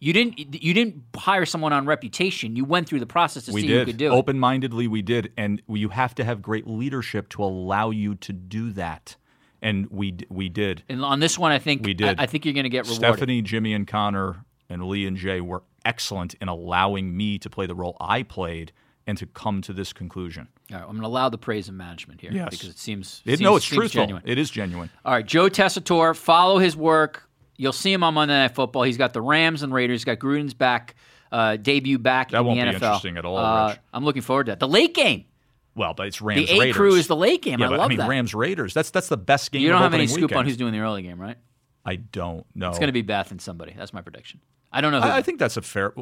you didn't you didn't hire someone on reputation. You went through the process to
we
see
did.
who could do it.
Open-mindedly, we did, and you have to have great leadership to allow you to do that. And we d- we did.
And on this one, I think
We did.
I, I think you're going to get rewarded.
Stephanie, Jimmy, and Connor, and Lee and Jay were excellent in allowing me to play the role I played and to come to this conclusion.
All right, I'm going to allow the praise of management here
Yes.
because it seems,
It,
seems
no, it's
seems
truthful.
genuine.
It is genuine.
All right, Joe Tessitore, follow his work. You'll see him on Monday Night Football. He's got the Rams and Raiders. He's got Gruden's back uh, debut back
That
in
won't
the
be
NFL.
interesting at all,
Uh,
Rich.
I'm looking forward to that. The late game,
Well, but it's
the
Rams
A
Raiders.
crew is the late game.
yeah,
I
but
love
I mean
that.
Rams Raiders. That's that's the best game.
you
of
don't have
opening
any scoop
weekend.
on who's doing the early game, right?
I don't know.
It's going to be Beth and somebody. That's my prediction. I don't know who.
I, I think that's a fair.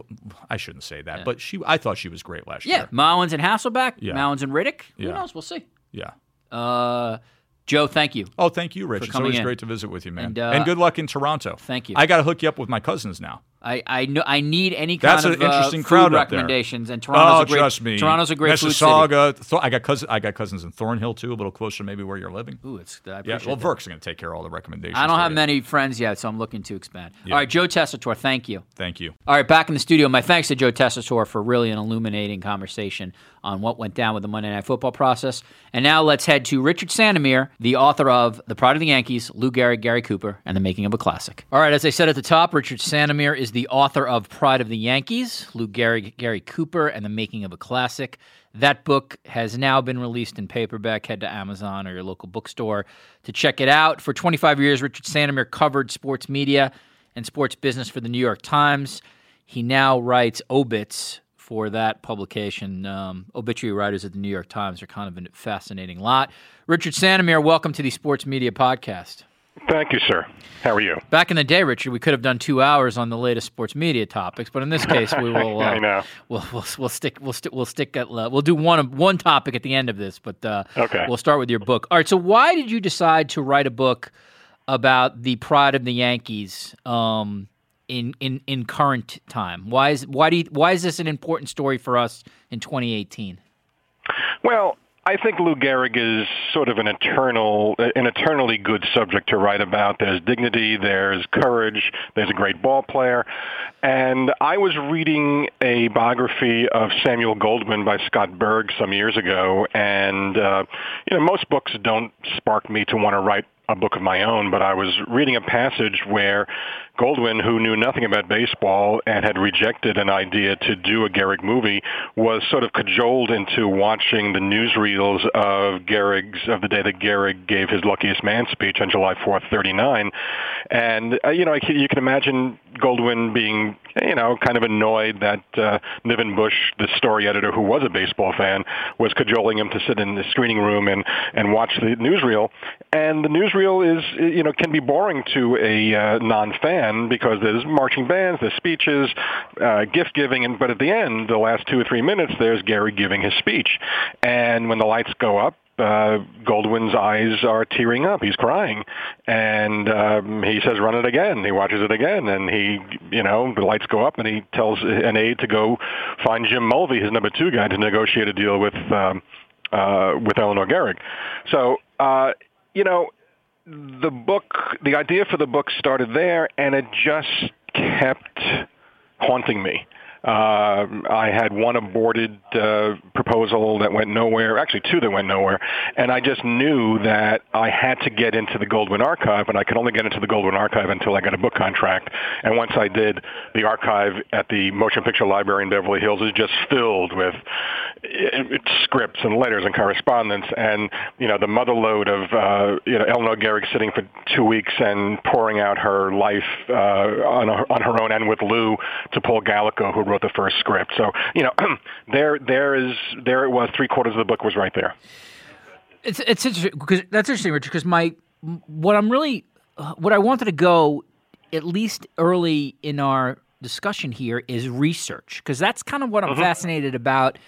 I shouldn't say that, but she. I thought she was great last
yeah,
year.
Mullins and Hasselback.
Yeah.
Mullins and Riddick. Who
Yeah.
knows? We'll see.
Yeah.
Uh, Joe, thank you.
Oh, thank you, Rich. It's
coming
always
in.
great to visit with you, man.
And, uh,
good luck in Toronto.
Thank you.
I got to hook you up with my cousins now.
I, I know I need any kind
That's
of
an
uh,
interesting
food
crowd up there.
recommendations, and Toronto's
oh,
a great
trust me.
Toronto's a great food city.
Mississauga. Thor- I got cousins. I got cousins in Thornhill too, a little closer, to maybe where you're living.
Ooh, it's I
yeah.
appreciate
Well,
that.
Verk's going to take care of all the recommendations.
I don't
for
have
you.
many friends yet, so I'm looking to expand. All right, Joe Tessitore, thank you.
Thank you.
All right, back in the studio. My thanks to Joe Tessitore for really an illuminating conversation on what went down with the Monday Night Football process. And now let's head to Richard Sandomir, the author of The Pride of the Yankees, Lou Gehrig, Gary Cooper, and The Making of a Classic. All right, as I said at the top, Richard Sandomir is the author of Pride of the Yankees, Lou Gehrig, Gary Cooper, and The Making of a Classic. That book has now been released in paperback. Head to Amazon or your local bookstore to check it out. For 25 years, Richard Sandomir covered sports media and sports business for the New York Times. He now writes obits for that publication. Um, obituary writers at the New York Times are kind of a fascinating lot. Richard Sandomir, welcome to the Sports Media Podcast.
Thank you, sir. How are you?
[laughs] Back in the day, Richard, we could have done two hours on the latest sports media topics, but in this case, we
[laughs]
will. Uh,
I know.
We'll, we'll we'll stick we'll stick we'll stick at uh, we'll do one one topic at the end of this, but uh,
Okay.
we'll start with your book. All right. So, why did you decide to write a book about the pride of the Yankees um, in in in current time? Why is why do you, why is this an important story for us in 2018?
Well, I think Lou Gehrig is sort of an eternal, an eternally good subject to write about. There's dignity, there's courage, there's a great ball player, and I was reading a biography of Samuel Goldman by Scott Berg some years ago, and uh, you know most books don't spark me to want to write a book of my own, but I was reading a passage where Goldwyn, who knew nothing about baseball and had rejected an idea to do a Gehrig movie, was sort of cajoled into watching the newsreels of Gehrig's of the day that Gehrig gave his luckiest man speech on July 4th, 39. And uh, you know, I can- you can imagine Goldwyn being, you know, kind of annoyed that uh, Niven Bush, the story editor who was a baseball fan, was cajoling him to sit in the screening room and and watch the newsreel. And the newsreel is, you know, can be boring to a uh, non-fan because there's marching bands, there's speeches, uh, gift giving, and but at the end, the last two or three minutes, there's Gary giving his speech. And when the lights go up, uh, Goldwyn's eyes are tearing up. He's crying, and um, he says, "Run it again." He watches it again, and he, you know, the lights go up, and he tells an aide to go find Jim Mulvey, his number two guy, to negotiate a deal with um, uh, with Eleanor Garrick. So, uh, you know, the book, the idea for the book started there, and it just kept haunting me. Uh, I had one aborted uh, proposal that went nowhere, actually two that went nowhere, and I just knew that I had to get into the Goldwyn Archive, and I could only get into the Goldwyn Archive until I got a book contract. And once I did, the archive at the Motion Picture Library in Beverly Hills is just filled with it, it, scripts and letters and correspondence, and you know the mother load of uh, you know Eleanor Garrick sitting for two weeks and pouring out her life uh, on, her, on her own and with Lou to Paul Gallico, who wrote the first script. So you know [clears throat] there there is there it was. Three quarters of the book was right there.
it's it's interesting because that's interesting, Richard. Because my what I'm really what I wanted to go at least early in our discussion here is research because that's kind of what I'm fascinated about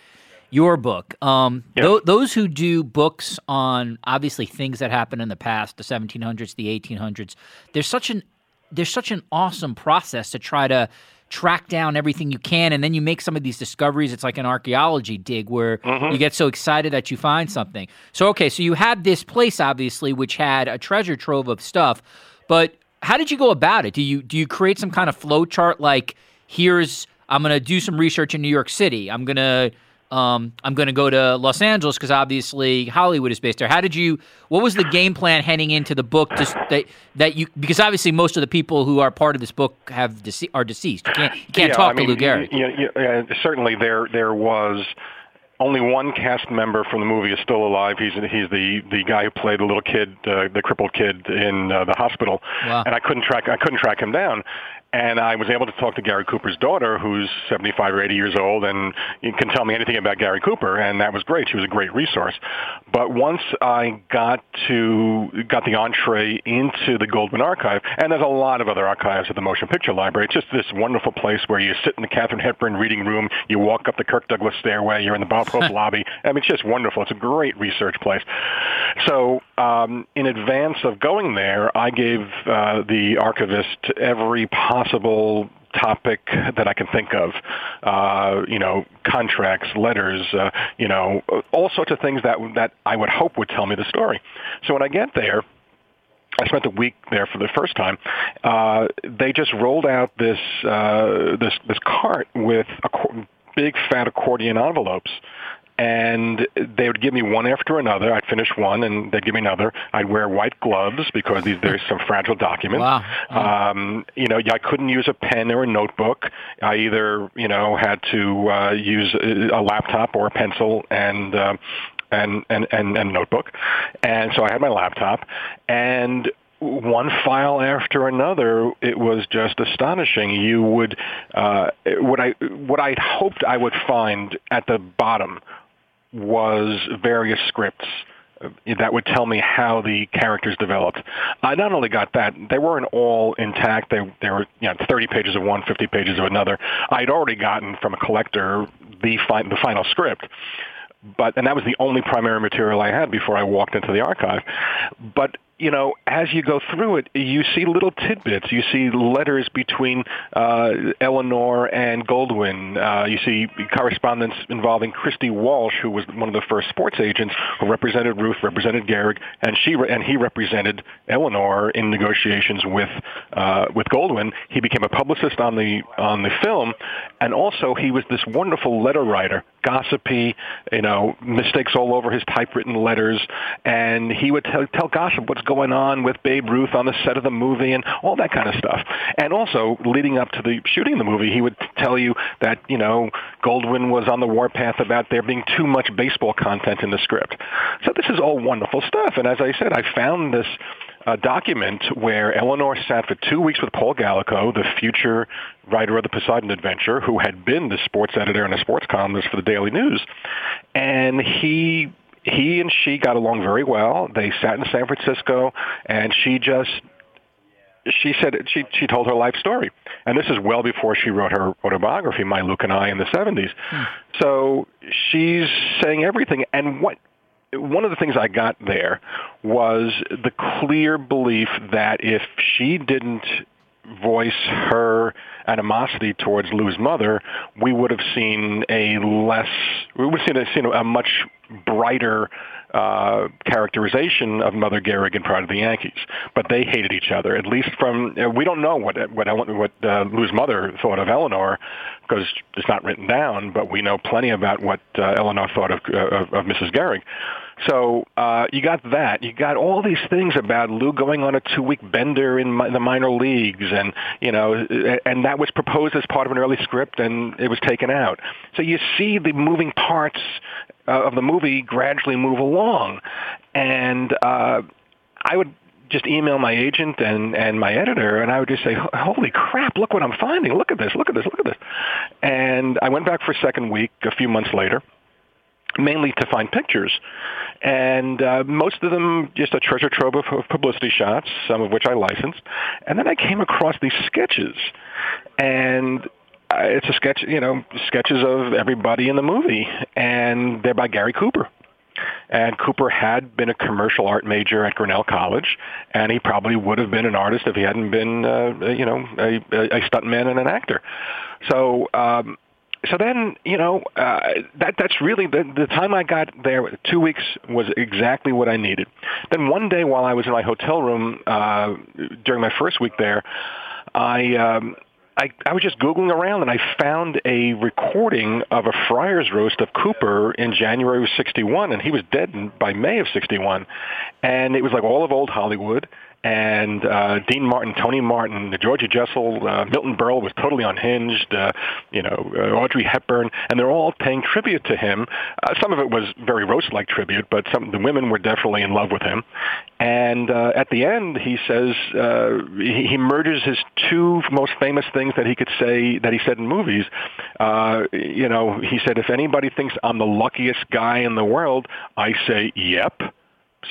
your book. Um, tho- those who do books on obviously things that happened in the past, the 1700s, the 1800s, there's such an there's such an awesome process to try to track down everything you can and then you make some of these discoveries it's like an archaeology dig where you get so excited that you find something so okay so you had this place obviously which had a treasure trove of stuff but how did you go about it do you do you create some kind of flow chart like here's i'm going to do some research in new york city i'm going to um, i'm going to go to los angeles because obviously hollywood is based there how did you what was the game plan heading into the book to, s- that, that you because obviously most of the people who are part of this book have dece- are deceased you can't, you can't
yeah,
talk
I mean,
to lou gehrig
y- y- y- uh, certainly, there there was only one cast member from the movie is still alive. He's he's the the guy who played the little kid, uh, the crippled kid in uh, the hospital.
Wow.
And I couldn't track I couldn't track him down. And I was able to talk to Gary Cooper's daughter, who's 75 or 80 years old, and you can tell me anything about Gary Cooper, and that was great. She was a great resource. But once I got to got the entree into the Goldman Archive, and there's a lot of other archives at the Motion Picture Library. It's just this wonderful place where you sit in the Catherine Hepburn reading room, you walk up the Kirk Douglas stairway, you're in the Bob Hope lobby. I mean, it's just wonderful. It's a great research place. So, um, in advance of going there, I gave uh, the archivist every possible topic that I can think of. Uh, you know, contracts, letters, uh, you know, all sorts of things that that I would hope would tell me the story. So when I get there. I spent a week there for the first time. Uh, they just rolled out this uh, this this cart with acco- big fat accordion envelopes, and they would give me one after another. I'd finish one, and they'd give me another. I'd wear white gloves because these there's some fragile documents.
Wow.
Um, you know, I couldn't use a pen or a notebook. I either you know had to uh, use a a laptop or a pencil and. Uh, and, and, and, and notebook. And so I had my laptop and one file after another, it was just astonishing. You would, uh, what I, what I hoped I would find at the bottom was various scripts uh, that would tell me how the characters developed. I not only got that, they weren't all intact. They, they were you know, 30 pages of one, 50 pages of another. I'd already gotten from a collector the, fi- the final script but and that was the only primary material I had before I walked into the archive. But you know, as you go through it, you see little tidbits. You see letters between uh, Eleanor and Goldwyn. Uh, you see correspondence involving Christy Walsh, who was one of the first sports agents who represented Ruth, represented Garrick, and she re- and he represented Eleanor in negotiations with uh, with Goldwyn. He became a publicist on the on the film, and also he was this wonderful letter writer, gossipy, you know, mistakes all over his typewritten letters, and he would tell, tell gossip what's going on with Babe Ruth on the set of the movie and all that kind of stuff. And also, leading up to the shooting of the movie, he would tell you that, you know, Goldwyn was on the warpath about there being too much baseball content in the script. So this is all wonderful stuff. And as I said, I found this a document where Eleanor sat for two weeks with Paul Gallico, the future writer of the Poseidon Adventure, who had been the sports editor and a sports columnist for the Daily News, and he. He and she got along very well. They sat in San Francisco, and she just she said she she told her life story, and this is well before she wrote her autobiography, My Luke and I, in the '70s. Hmm. So she's saying everything, and what one of the things I got there was the clear belief that if she didn't voice her animosity towards Lou's mother, we would have seen a less, we would have seen a, seen a much brighter uh, characterization of Mother Gehrig in Pride of the Yankees. But they hated each other, at least from, uh, we don't know what, what, Ellen, what uh, Lou's mother thought of Eleanor, because it's not written down, but we know plenty about what uh, Eleanor thought of, uh, of, of Mrs. Gehrig. So uh, you got that. You got all these things about Lou going on a two-week bender in mi- the minor leagues, and you know, and that was proposed as part of an early script, and it was taken out. So you see the moving parts uh, of the movie gradually move along, and uh, I would just email my agent and and my editor, and I would just say, "Holy crap! Look what I'm finding! Look at this! Look at this! Look at this!" And I went back for a second week a few months later mainly to find pictures. And uh, most of them just a treasure trove of, of publicity shots, some of which I licensed. And then I came across these sketches. And uh, it's a sketch, you know, sketches of everybody in the movie. And they're by Gary Cooper. And Cooper had been a commercial art major at Grinnell College, and he probably would have been an artist if he hadn't been, uh, you know, a, a stuntman and an actor. So um, so then you know uh, that that's really the, the time I got there. Two weeks was exactly what I needed. Then one day while I was in my hotel room uh, during my first week there, I. Um, I, I was just Googling around and I found a recording of a friar's roast of Cooper in January of 61, and he was dead in, by May of 61. And it was like all of old Hollywood, and uh, Dean Martin, Tony Martin, Georgia Jessel, uh, Milton Berle was totally unhinged, uh, you know, uh, Audrey Hepburn, and they're all paying tribute to him. Uh, some of it was very roast-like tribute, but some the women were definitely in love with him. And uh, at the end, he says uh, he, he merges his two most famous things that he could say that he said in movies. Uh, you know, he said, "If anybody thinks I'm the luckiest guy in the world, I say, yep."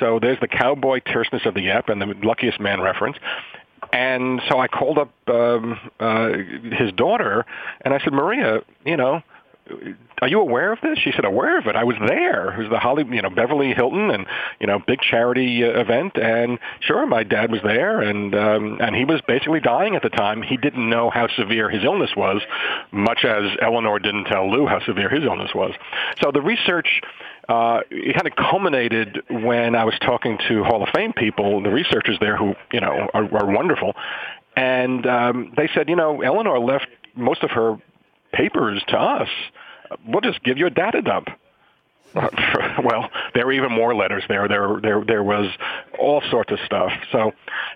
So there's the cowboy terseness of the app and the luckiest man reference. And so I called up um, uh, his daughter and I said, Maria, you know, are you aware of this? She said, aware of it. I was there. It was the Holly, you know, Beverly Hilton and, you know, big charity uh, event. And sure, my dad was there and, um, and he was basically dying at the time. He didn't know how severe his illness was, much as Eleanor didn't tell Lou how severe his illness was. So the research, uh, it kind of culminated when I was talking to Hall of Fame people, the researchers there who, you know, are, are wonderful. And um, they said, you know, Eleanor left most of her papers to us. We'll just give you a data dump. [laughs] well, there were even more letters there. There, there, there was all sorts of stuff. So,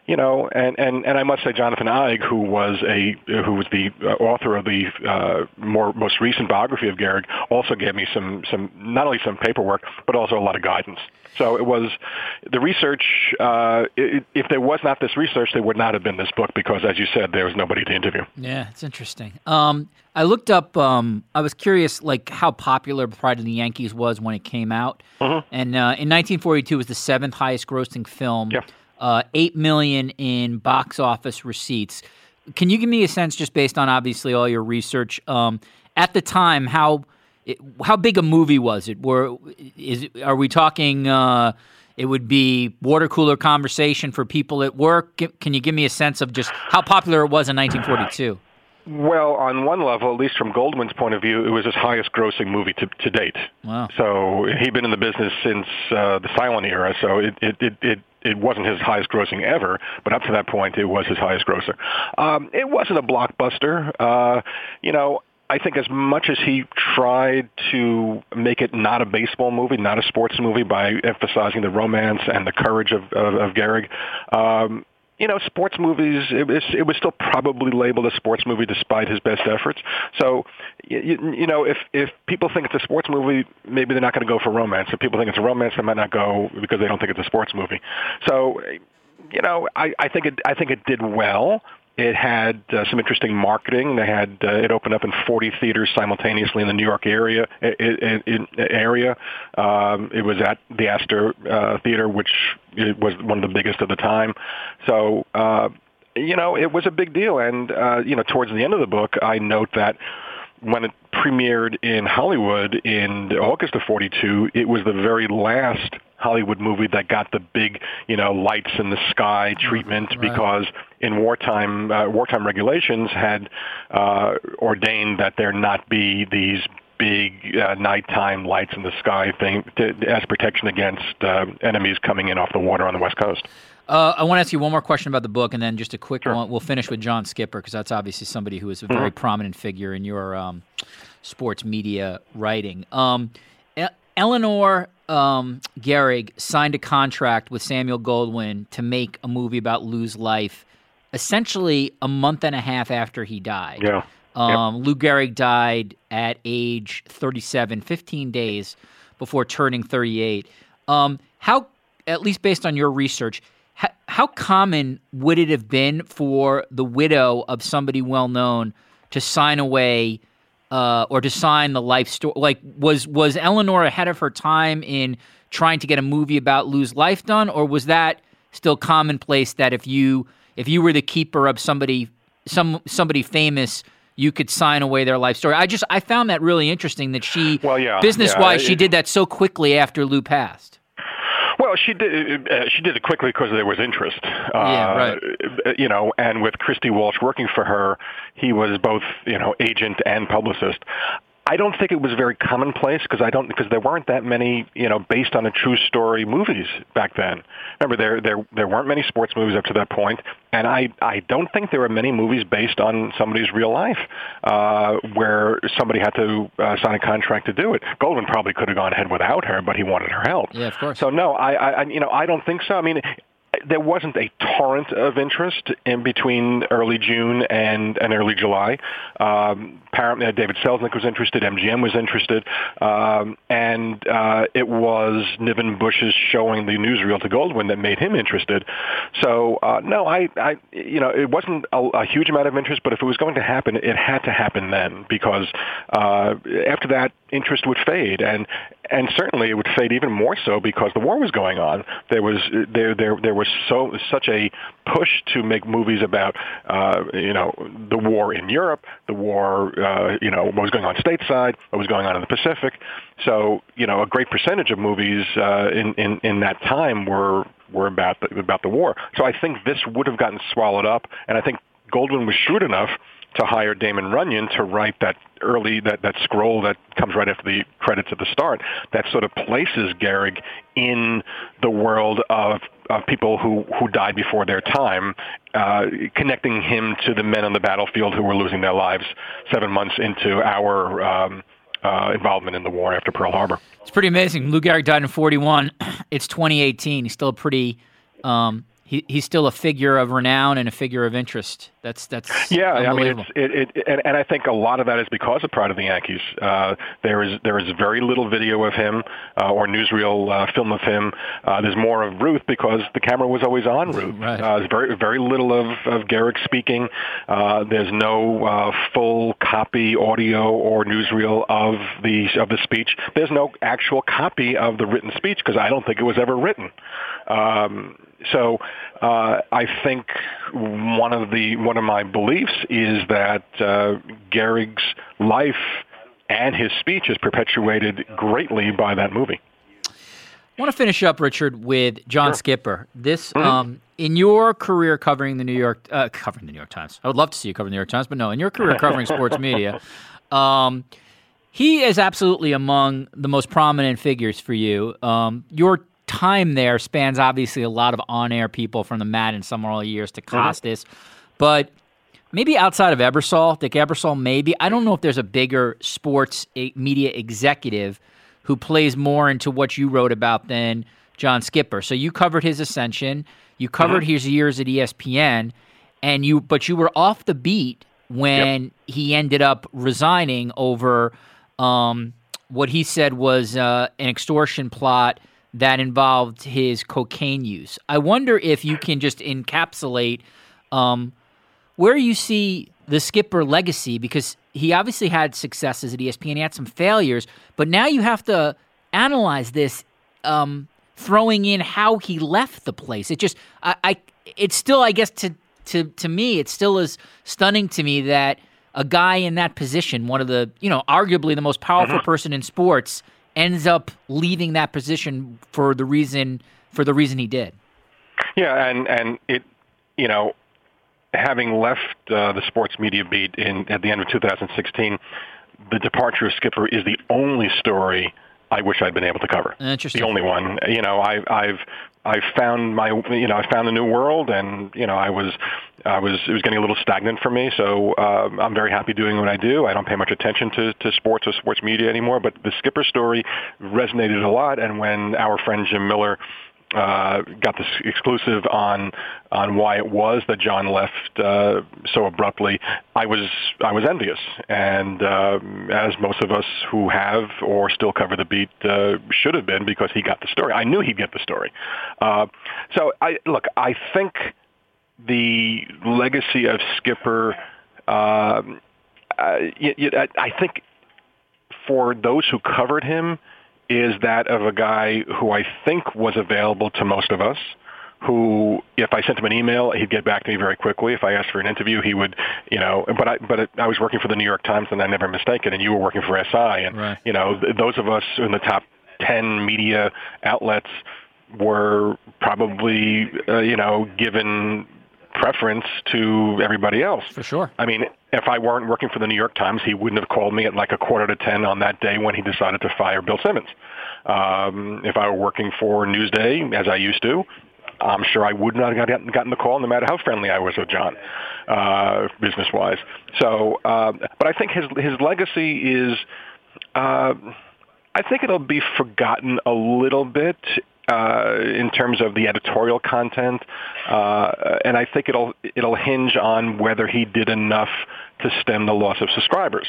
you know, and, and, and I must say Jonathan Eig, who was a who was the author of the uh, more most recent biography of Gehrig, also gave me some some not only some paperwork but also a lot of guidance. So it was the research. Uh, it, if there was not this research, there would not have been this book because, as you said, there was nobody to interview.
Yeah, it's interesting. Um, I looked up. Um, I was curious, like how popular Pride and the Yankees was when it came out, mm-hmm. and uh, in 1942 it was the seventh highest grossing film.
Yeah.
Uh, eight million in box office receipts. Can you give me a sense, just based on obviously all your research, um, at the time how it, how big a movie was it? Were is are we talking? Uh, it would be water cooler conversation for people at work. Can you give me a sense of just how popular it was in 1942?
Well, on one level, at least from Goldman's point of view, it was his highest grossing movie to, to date.
Wow.
So he'd been in the business since uh, the silent era, so it, it, it, it it wasn't his highest grossing ever, but up to that point, it was his highest grosser. Um, it wasn't a blockbuster. Uh, you know, I think as much as he tried to make it not a baseball movie, not a sports movie, by emphasizing the romance and the courage of, of, of Gehrig, um, you know, sports movies, it was, it was still probably labeled a sports movie despite his best efforts. So, you, you know, if, if people think it's a sports movie, maybe they're not going to go for romance. If people think it's a romance, they might not go because they don't think it's a sports movie. So, you know, I, I, think, it, I think it did well. It had uh, some interesting marketing. They had uh, it opened up in 40 theaters simultaneously in the New York area. In, in, in area, um, it was at the Astor uh, Theater, which was one of the biggest at the time. So, uh, you know, it was a big deal. And uh, you know, towards the end of the book, I note that when it premiered in Hollywood in August of 42, it was the very last Hollywood movie that got the big, you know, lights in the sky treatment right. because in wartime uh, wartime regulations had uh, ordained that there not be these big uh, nighttime lights in the sky thing to, as protection against uh, enemies coming in off the water on the west coast.
Uh, I want to ask you one more question about the book, and then just a quick sure. one. We'll finish with John Skipper because that's obviously somebody who is a very mm-hmm. prominent figure in your um, sports media writing. Um, e- Eleanor um, Gehrig signed a contract with Samuel Goldwyn to make a movie about Lou's life, essentially a month and a half after he died.
Yeah. Um,
yep. Lou Gehrig died at age 37, 15 days before turning 38. how, at least based on your research, how, common would it have been for the widow of somebody well known to sign away uh, or to sign the life story? Like, was was Eleanor ahead of her time in trying to get a movie about Lou's life done, or was that still commonplace that if you if you were the keeper of somebody some somebody famous? You could sign away their life story. I just I found that really interesting that she,
well, yeah,
business wise,
yeah,
she did that so quickly after Lou passed.
Well, she did. Uh, she did it quickly because there was interest. Uh,
yeah, right.
You know, and with Christy Walsh working for her, he was both you know agent and publicist. I don't think it was very commonplace because I don't because there weren't that many you know based on a true story movies back then. Remember there there there weren't many sports movies up to that point, and I I don't think there were many movies based on somebody's real life uh, where somebody had to uh, sign a contract to do it. Goldman probably could have gone ahead without her, but he wanted her help.
Yeah, of course.
So no, I I you know I don't think so. I mean, there wasn't a torrent of interest in between early June and, and early July. Um, apparently, David Selznick was interested, MGM was interested, um, and uh, it was Niven Bush's showing the newsreel to Goldwyn that made him interested. So, uh, no, I, I, you know, it wasn't a, a, huge amount of interest, but if it was going to happen, it had to happen then because uh, after that, interest would fade, and and certainly it would fade even more so because the war was going on. There was there there there was so such a push to make movies about uh, you know the war in Europe, the war uh, you know what was going on stateside, what was going on in the Pacific. So you know a great percentage of movies uh, in, in in that time were were about the, about the war. So I think this would have gotten swallowed up, and I think Goldwyn was shrewd enough to hire Damon Runyon to write that early that that scroll that comes right after the credits at the start that sort of places Gehrig in the world of of people who who died before their time, uh, connecting him to the men on the battlefield who were losing their lives seven months into our. Um, uh, involvement in the war after Pearl Harbor.
[clears throat] It's pretty amazing. Lou Gehrig died in 41. It's 2018. He's still a pretty um, he, he's still a figure of renown and a figure of interest. That's that's
yeah. I mean,
unbelievable.
it's, it, it and, and I think a lot of that is because of Pride of the Yankees. Uh, there is there is very little video of him uh, or newsreel uh, film of him. Uh, there's more of Ruth because the camera was always on Ruth.
[laughs] Right.
Uh, there's very very little of of Garrick speaking. Uh, there's no uh, full copy audio or newsreel of the of the speech. There's no actual copy of the written speech because I don't think it was ever written. Um, so uh, I think one of the one of my beliefs is that uh, Gehrig's life and his speech is perpetuated greatly by that movie.
I want to finish up, Richard, with John Skipper. This, um, in your career covering the New York, uh, covering the New York Times, I would love to see you cover the New York Times, but no, in your career covering sports media, um, he is absolutely among the most prominent figures for you. Um, your time there spans obviously a lot of on-air people from the Madden Summerall years to Costas, but maybe outside of Ebersol, Dick Ebersol, maybe. I don't know if there's a bigger sports e- media executive who plays more into what you wrote about than John Skipper. So you covered his ascension, you covered his years at E ESPN, and you but you were off the beat when he ended up resigning over um, what he said was uh, an extortion plot that involved his cocaine use. I wonder if you can just encapsulate um, where you see the skipper legacy because he obviously had successes at E espn he had some failures but now you have to analyze this um, throwing in how he left the place it just i, I it's still i guess to, to to me it still is stunning to me that a guy in that position one of the you know arguably the most powerful person in sports ends up leaving that position for the reason for the reason he did
Yeah, and and it, you know, having left uh, the sports media beat in at the end of 2016, the departure of Skipper is the only story I wish I'd been able to cover.
Interesting.
The only one. You know, I, I've I've found my you know I found the new world, and you know I was I was it was getting a little stagnant for me. So um, I'm very happy doing what I do. I don't pay much attention to to sports or sports media anymore. But the Skipper story resonated a lot, and when our friend Jim Miller uh, got this exclusive on on why it was that John left uh, so abruptly. I was I was envious, and um as most of us who have or still cover the beat uh, should have been, because he got the story. I knew he'd get the story. Uh, so I look. I think the legacy of Skipper. Um, uh, y y I I I think for those who covered him is that of a guy who I think was available to most of us. Who, if I sent him an email, he'd get back to me very quickly. If I asked for an interview, he would, you know. But I, but I was working for the New York Times, and I never mistaken. And you were working for SI, and
Right.
you know, th- those of us in the top ten media outlets were probably, uh, you know, given preference to everybody else.
for sure
I mean, if I weren't working for the New York Times, he wouldn't have called me at like a quarter to ten on that day when he decided to fire Bill Simmons. Um, if I were working for Newsday, as I used to, I'm sure I would not have gotten, gotten the call, no matter how friendly I was with John, uh, business-wise. So, uh, but I think his his legacy is. Uh, I think it'll be forgotten a little bit uh, in terms of the editorial content, uh, and I think it'll it'll hinge on whether he did enough to stem the loss of subscribers.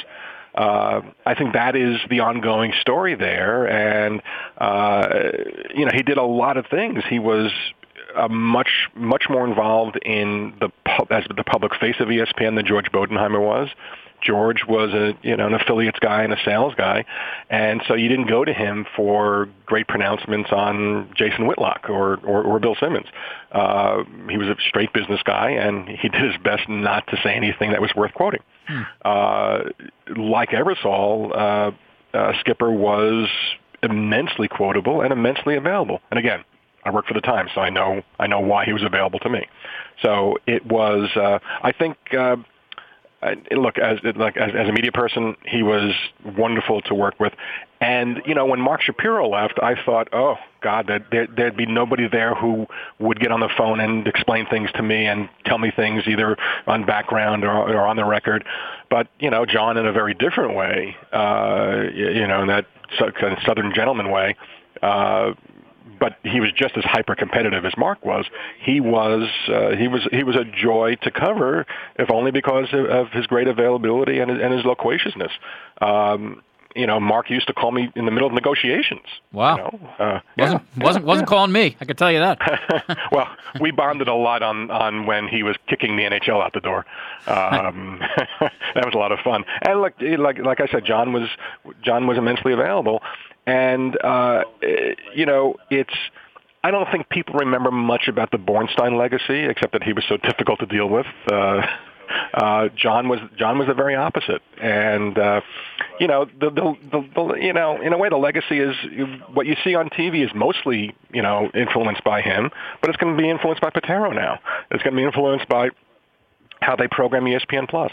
Uh, I think that is the ongoing story there, and uh, you know he did a lot of things. He was uh, much much more involved in the pub, as the public face of E ESPN than George Bodenheimer was. George was a you know an affiliates guy and a sales guy, and so you didn't go to him for great pronouncements on Jason Whitlock or or, or Bill Simmons. Uh, he was a straight business guy, and he did his best not to say anything that was worth quoting. Uh, like Eversol, uh, uh, Skipper was immensely quotable and immensely available. And again, I work for the Times, so I know I know why he was available to me. So it was. Uh, I think. Uh, I, look, as like as, as a media person, he was wonderful to work with. And you know, when Mark Shapiro left, I thought, oh God, there, there, there'd be nobody there who would get on the phone and explain things to me and tell me things either on background or, or on the record. But you know, John, in a very different way, uh, you, you know, in that sou- kind of Southern gentleman way. Uh, but he was just as hyper competitive as Mark was. He was uh, he was he was a joy to cover, if only because of, of his great availability and, his- and his loquaciousness. Um, you know, Mark used to call me in the middle of negotiations.
Wow.
You know? uh,
Wasn't wasn't wasn't calling me. I can tell you that.
[laughs] well, we bonded a lot on on when he was kicking the NHL out the door. Um, [laughs] that was a lot of fun. And like like like I said, John was John was immensely available, and uh, eh, you know it's. I don't think people remember much about the Bornstein legacy, except that he was so difficult to deal with. Uh, uh, John was John was the very opposite, and uh, you know the, the, the, the you know in a way the legacy is what you see on TV is mostly you know influenced by him, but it's going to be influenced by Patero now. It's going to be influenced by how they program E ESPN Plus.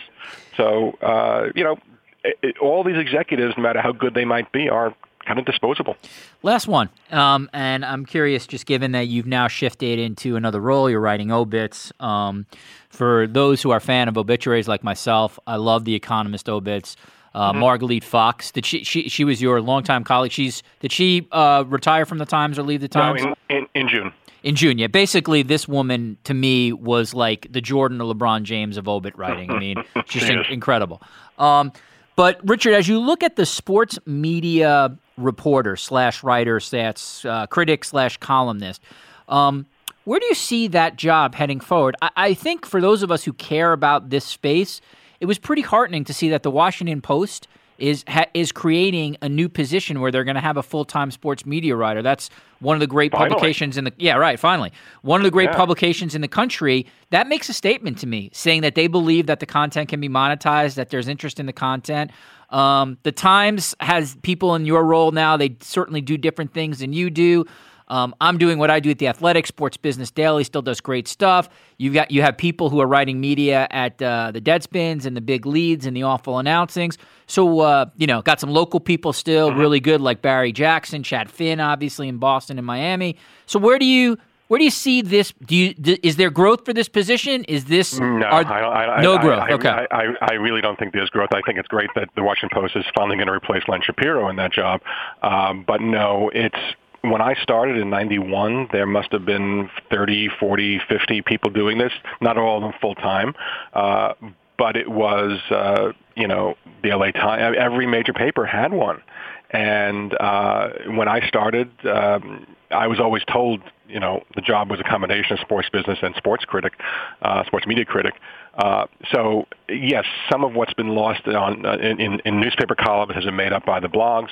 So uh, you know it, it, all these executives, no matter how good they might be, are kind of disposable.
Last one, um, and I'm curious, just given that you've now shifted into another role, you're writing obits. Um, for those who are a fan of obituaries like myself, I love the Economist obits. Uh, Marguerite Fox, did she, she? She was your longtime colleague. She's did she uh, retire from the Times or leave the
No,
Times?
in, in, in June.
in June. Yeah, basically, this woman to me was like the Jordan or LeBron James of obit writing. I mean, just in- incredible. Um, but Richard, as you look at the sports media reporter slash writer slash uh, critic slash columnist, um, where do you see that job heading forward? I-, I think for those of us who care about this space, it was pretty heartening to see that the Washington Post is ha- is creating a new position where they're going to have a full time sports media writer. That's one of the great
Finally.
publications in the yeah right finally one of the great
Yeah.
publications in the country that makes a statement to me saying that they believe that the content can be monetized that there's interest in the content. Um, the Times has people in your role now. They certainly do different things than you do. Um, I'm doing what I do at the Athletic Sports Business Daily. Still does great stuff. You've got you have people who are writing media at uh, the Deadspins and the Big Leads and the Awful Announcings. So uh, you know, got some local people still
Mm-hmm.
really good, like Barry Jackson, Chad Finn, obviously in Boston and Miami. So where do you where do you see this? Do you d is there growth for this position? Is this
No,
are-
I, I, I-
no
I,
growth?
I,
okay,
I, I, I really don't think there's growth. I think it's great that the Washington Post is finally going to replace Len Shapiro in that job. Um, but no, it's when I started in 91, there must have been 30, 40, 50 people doing this, not all of them full time. Uh, but it was, uh, you know, the LA Times, every major paper had one. And uh, when I started, um, I was always told, you know, the job was a combination of sports business and sports critic, uh, sports media critic. Uh, so yes, some of what's been lost on, uh, in, in, in newspaper columns has been made up by the blogs,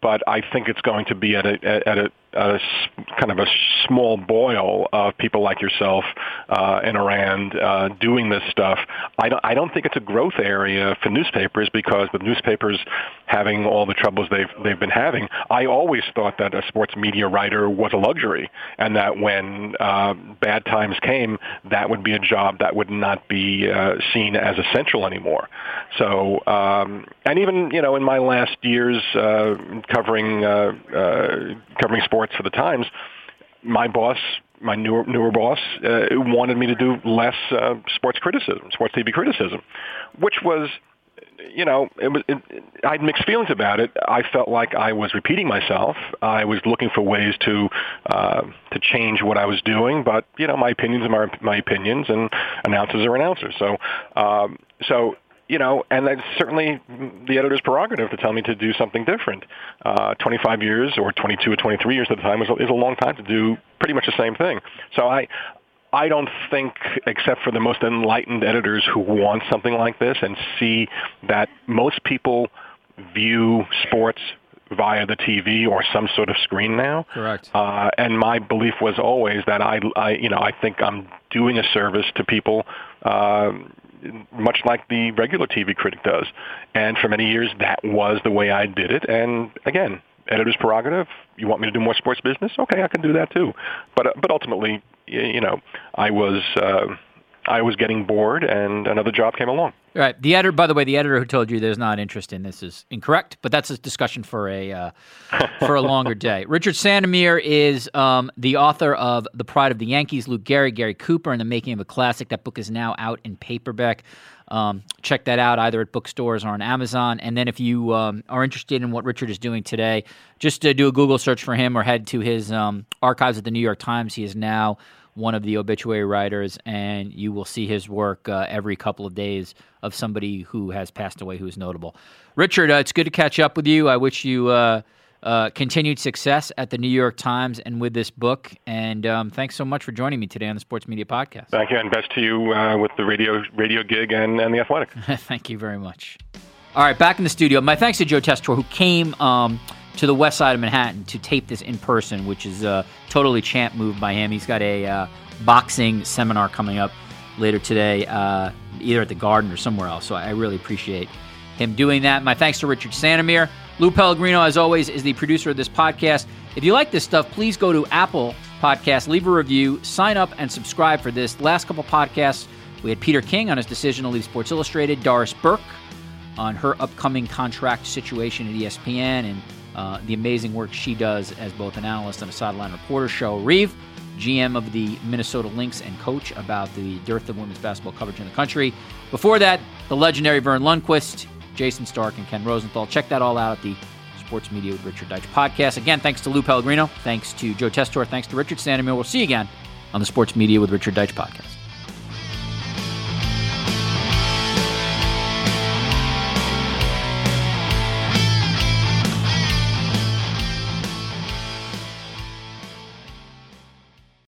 but I think it's going to be at a, at a, a s- kind of a small boil of people like yourself uh, and Arand uh, doing this stuff. I don't, I don't think it's a growth area for newspapers because with newspapers having all the troubles they've they've been having, I always thought that a sports media writer was a luxury, and that when uh, bad times came, that would be a job that would not be uh, seen as essential anymore. So, um, and even you know, in my last years uh, covering uh, uh, covering sports for the Times, my boss, my newer newer boss, uh, wanted me to do less uh, sports criticism, sports TV criticism, which was, you know, it was. It, it- I had mixed feelings about it. I felt like I was repeating myself. I was looking for ways to uh, to change what I was doing, but you know, my opinions are my, my opinions, and announcers are announcers. So, um, so you know, and that's certainly the editor's prerogative to tell me to do something different. Uh, 25 years or 22 or 23 years at the time is a, is a long time to do pretty much the same thing. So I, I don't think, except for the most enlightened editors who want something like this and see that most people view sports via the TV or some sort of screen now.
Correct.
Uh, and my belief was always that I, I, you know, I think I'm doing a service to people, um much like the regular TV critic does. And for many years, that was the way I did it. And again, editor's prerogative. You want me to do more sports business? Okay, I can do that too. But uh, but ultimately, y- you know, I was. Uh, I was getting bored, and another job came along.
Right. The editor, by the way, the editor who told you there's not interest in this is incorrect, but that's a discussion for a uh, for a longer day. Richard Sandomir is um, the author of The Pride of the Yankees, Luke Gary, Gary Cooper, and the Making of a Classic. That book is now out in paperback. Um, check that out either at bookstores or on Amazon. And then if you um, are interested in what Richard is doing today, just uh, do a Google search for him or head to his um, archives at the New York Times. He is now one of the obituary writers, and you will see his work uh, every couple of days of somebody who has passed away who is notable. Richard, uh, it's good to catch up with you. I wish you uh, continued success at the New York Times and with this book. And um, thanks so much for joining me today on the Sports Media Podcast. [laughs]
Thank you, and best to you uh, with the radio radio gig and, and the athletic.
Thank you very much. All right, back in the studio. My thanks to Joe Testor, who came. Um, to the west side of Manhattan to tape this in person, which is a totally champ move by him. He's got a uh, boxing seminar coming up later today, uh, either at the Garden or somewhere else. So I really appreciate him doing that. My thanks to Richard Santamir. Lou Pellegrino, as always, is the producer of this podcast. If you like this stuff, please go to Apple Podcasts, leave a review, sign up, and subscribe for this. Last couple podcasts, we had Peter King on his decision to leave Sports Illustrated, Doris Burke on her upcoming contract situation at E ESPN, and uh, the amazing work she does as both an analyst and a sideline reporter. Cheryl Reeve, GM of the Minnesota Lynx and coach about the dearth of women's basketball coverage in the country. Before that, the legendary Vern Lundquist, Jason Stark, and Ken Rosenthal. Check that all out at the Sports Media with Richard Deitch podcast. Again, thanks to Lou Pellegrino. Thanks to Joe Testor. Thanks to Richard Sandomir. We'll see you again on the Sports Media with Richard Deitch podcast.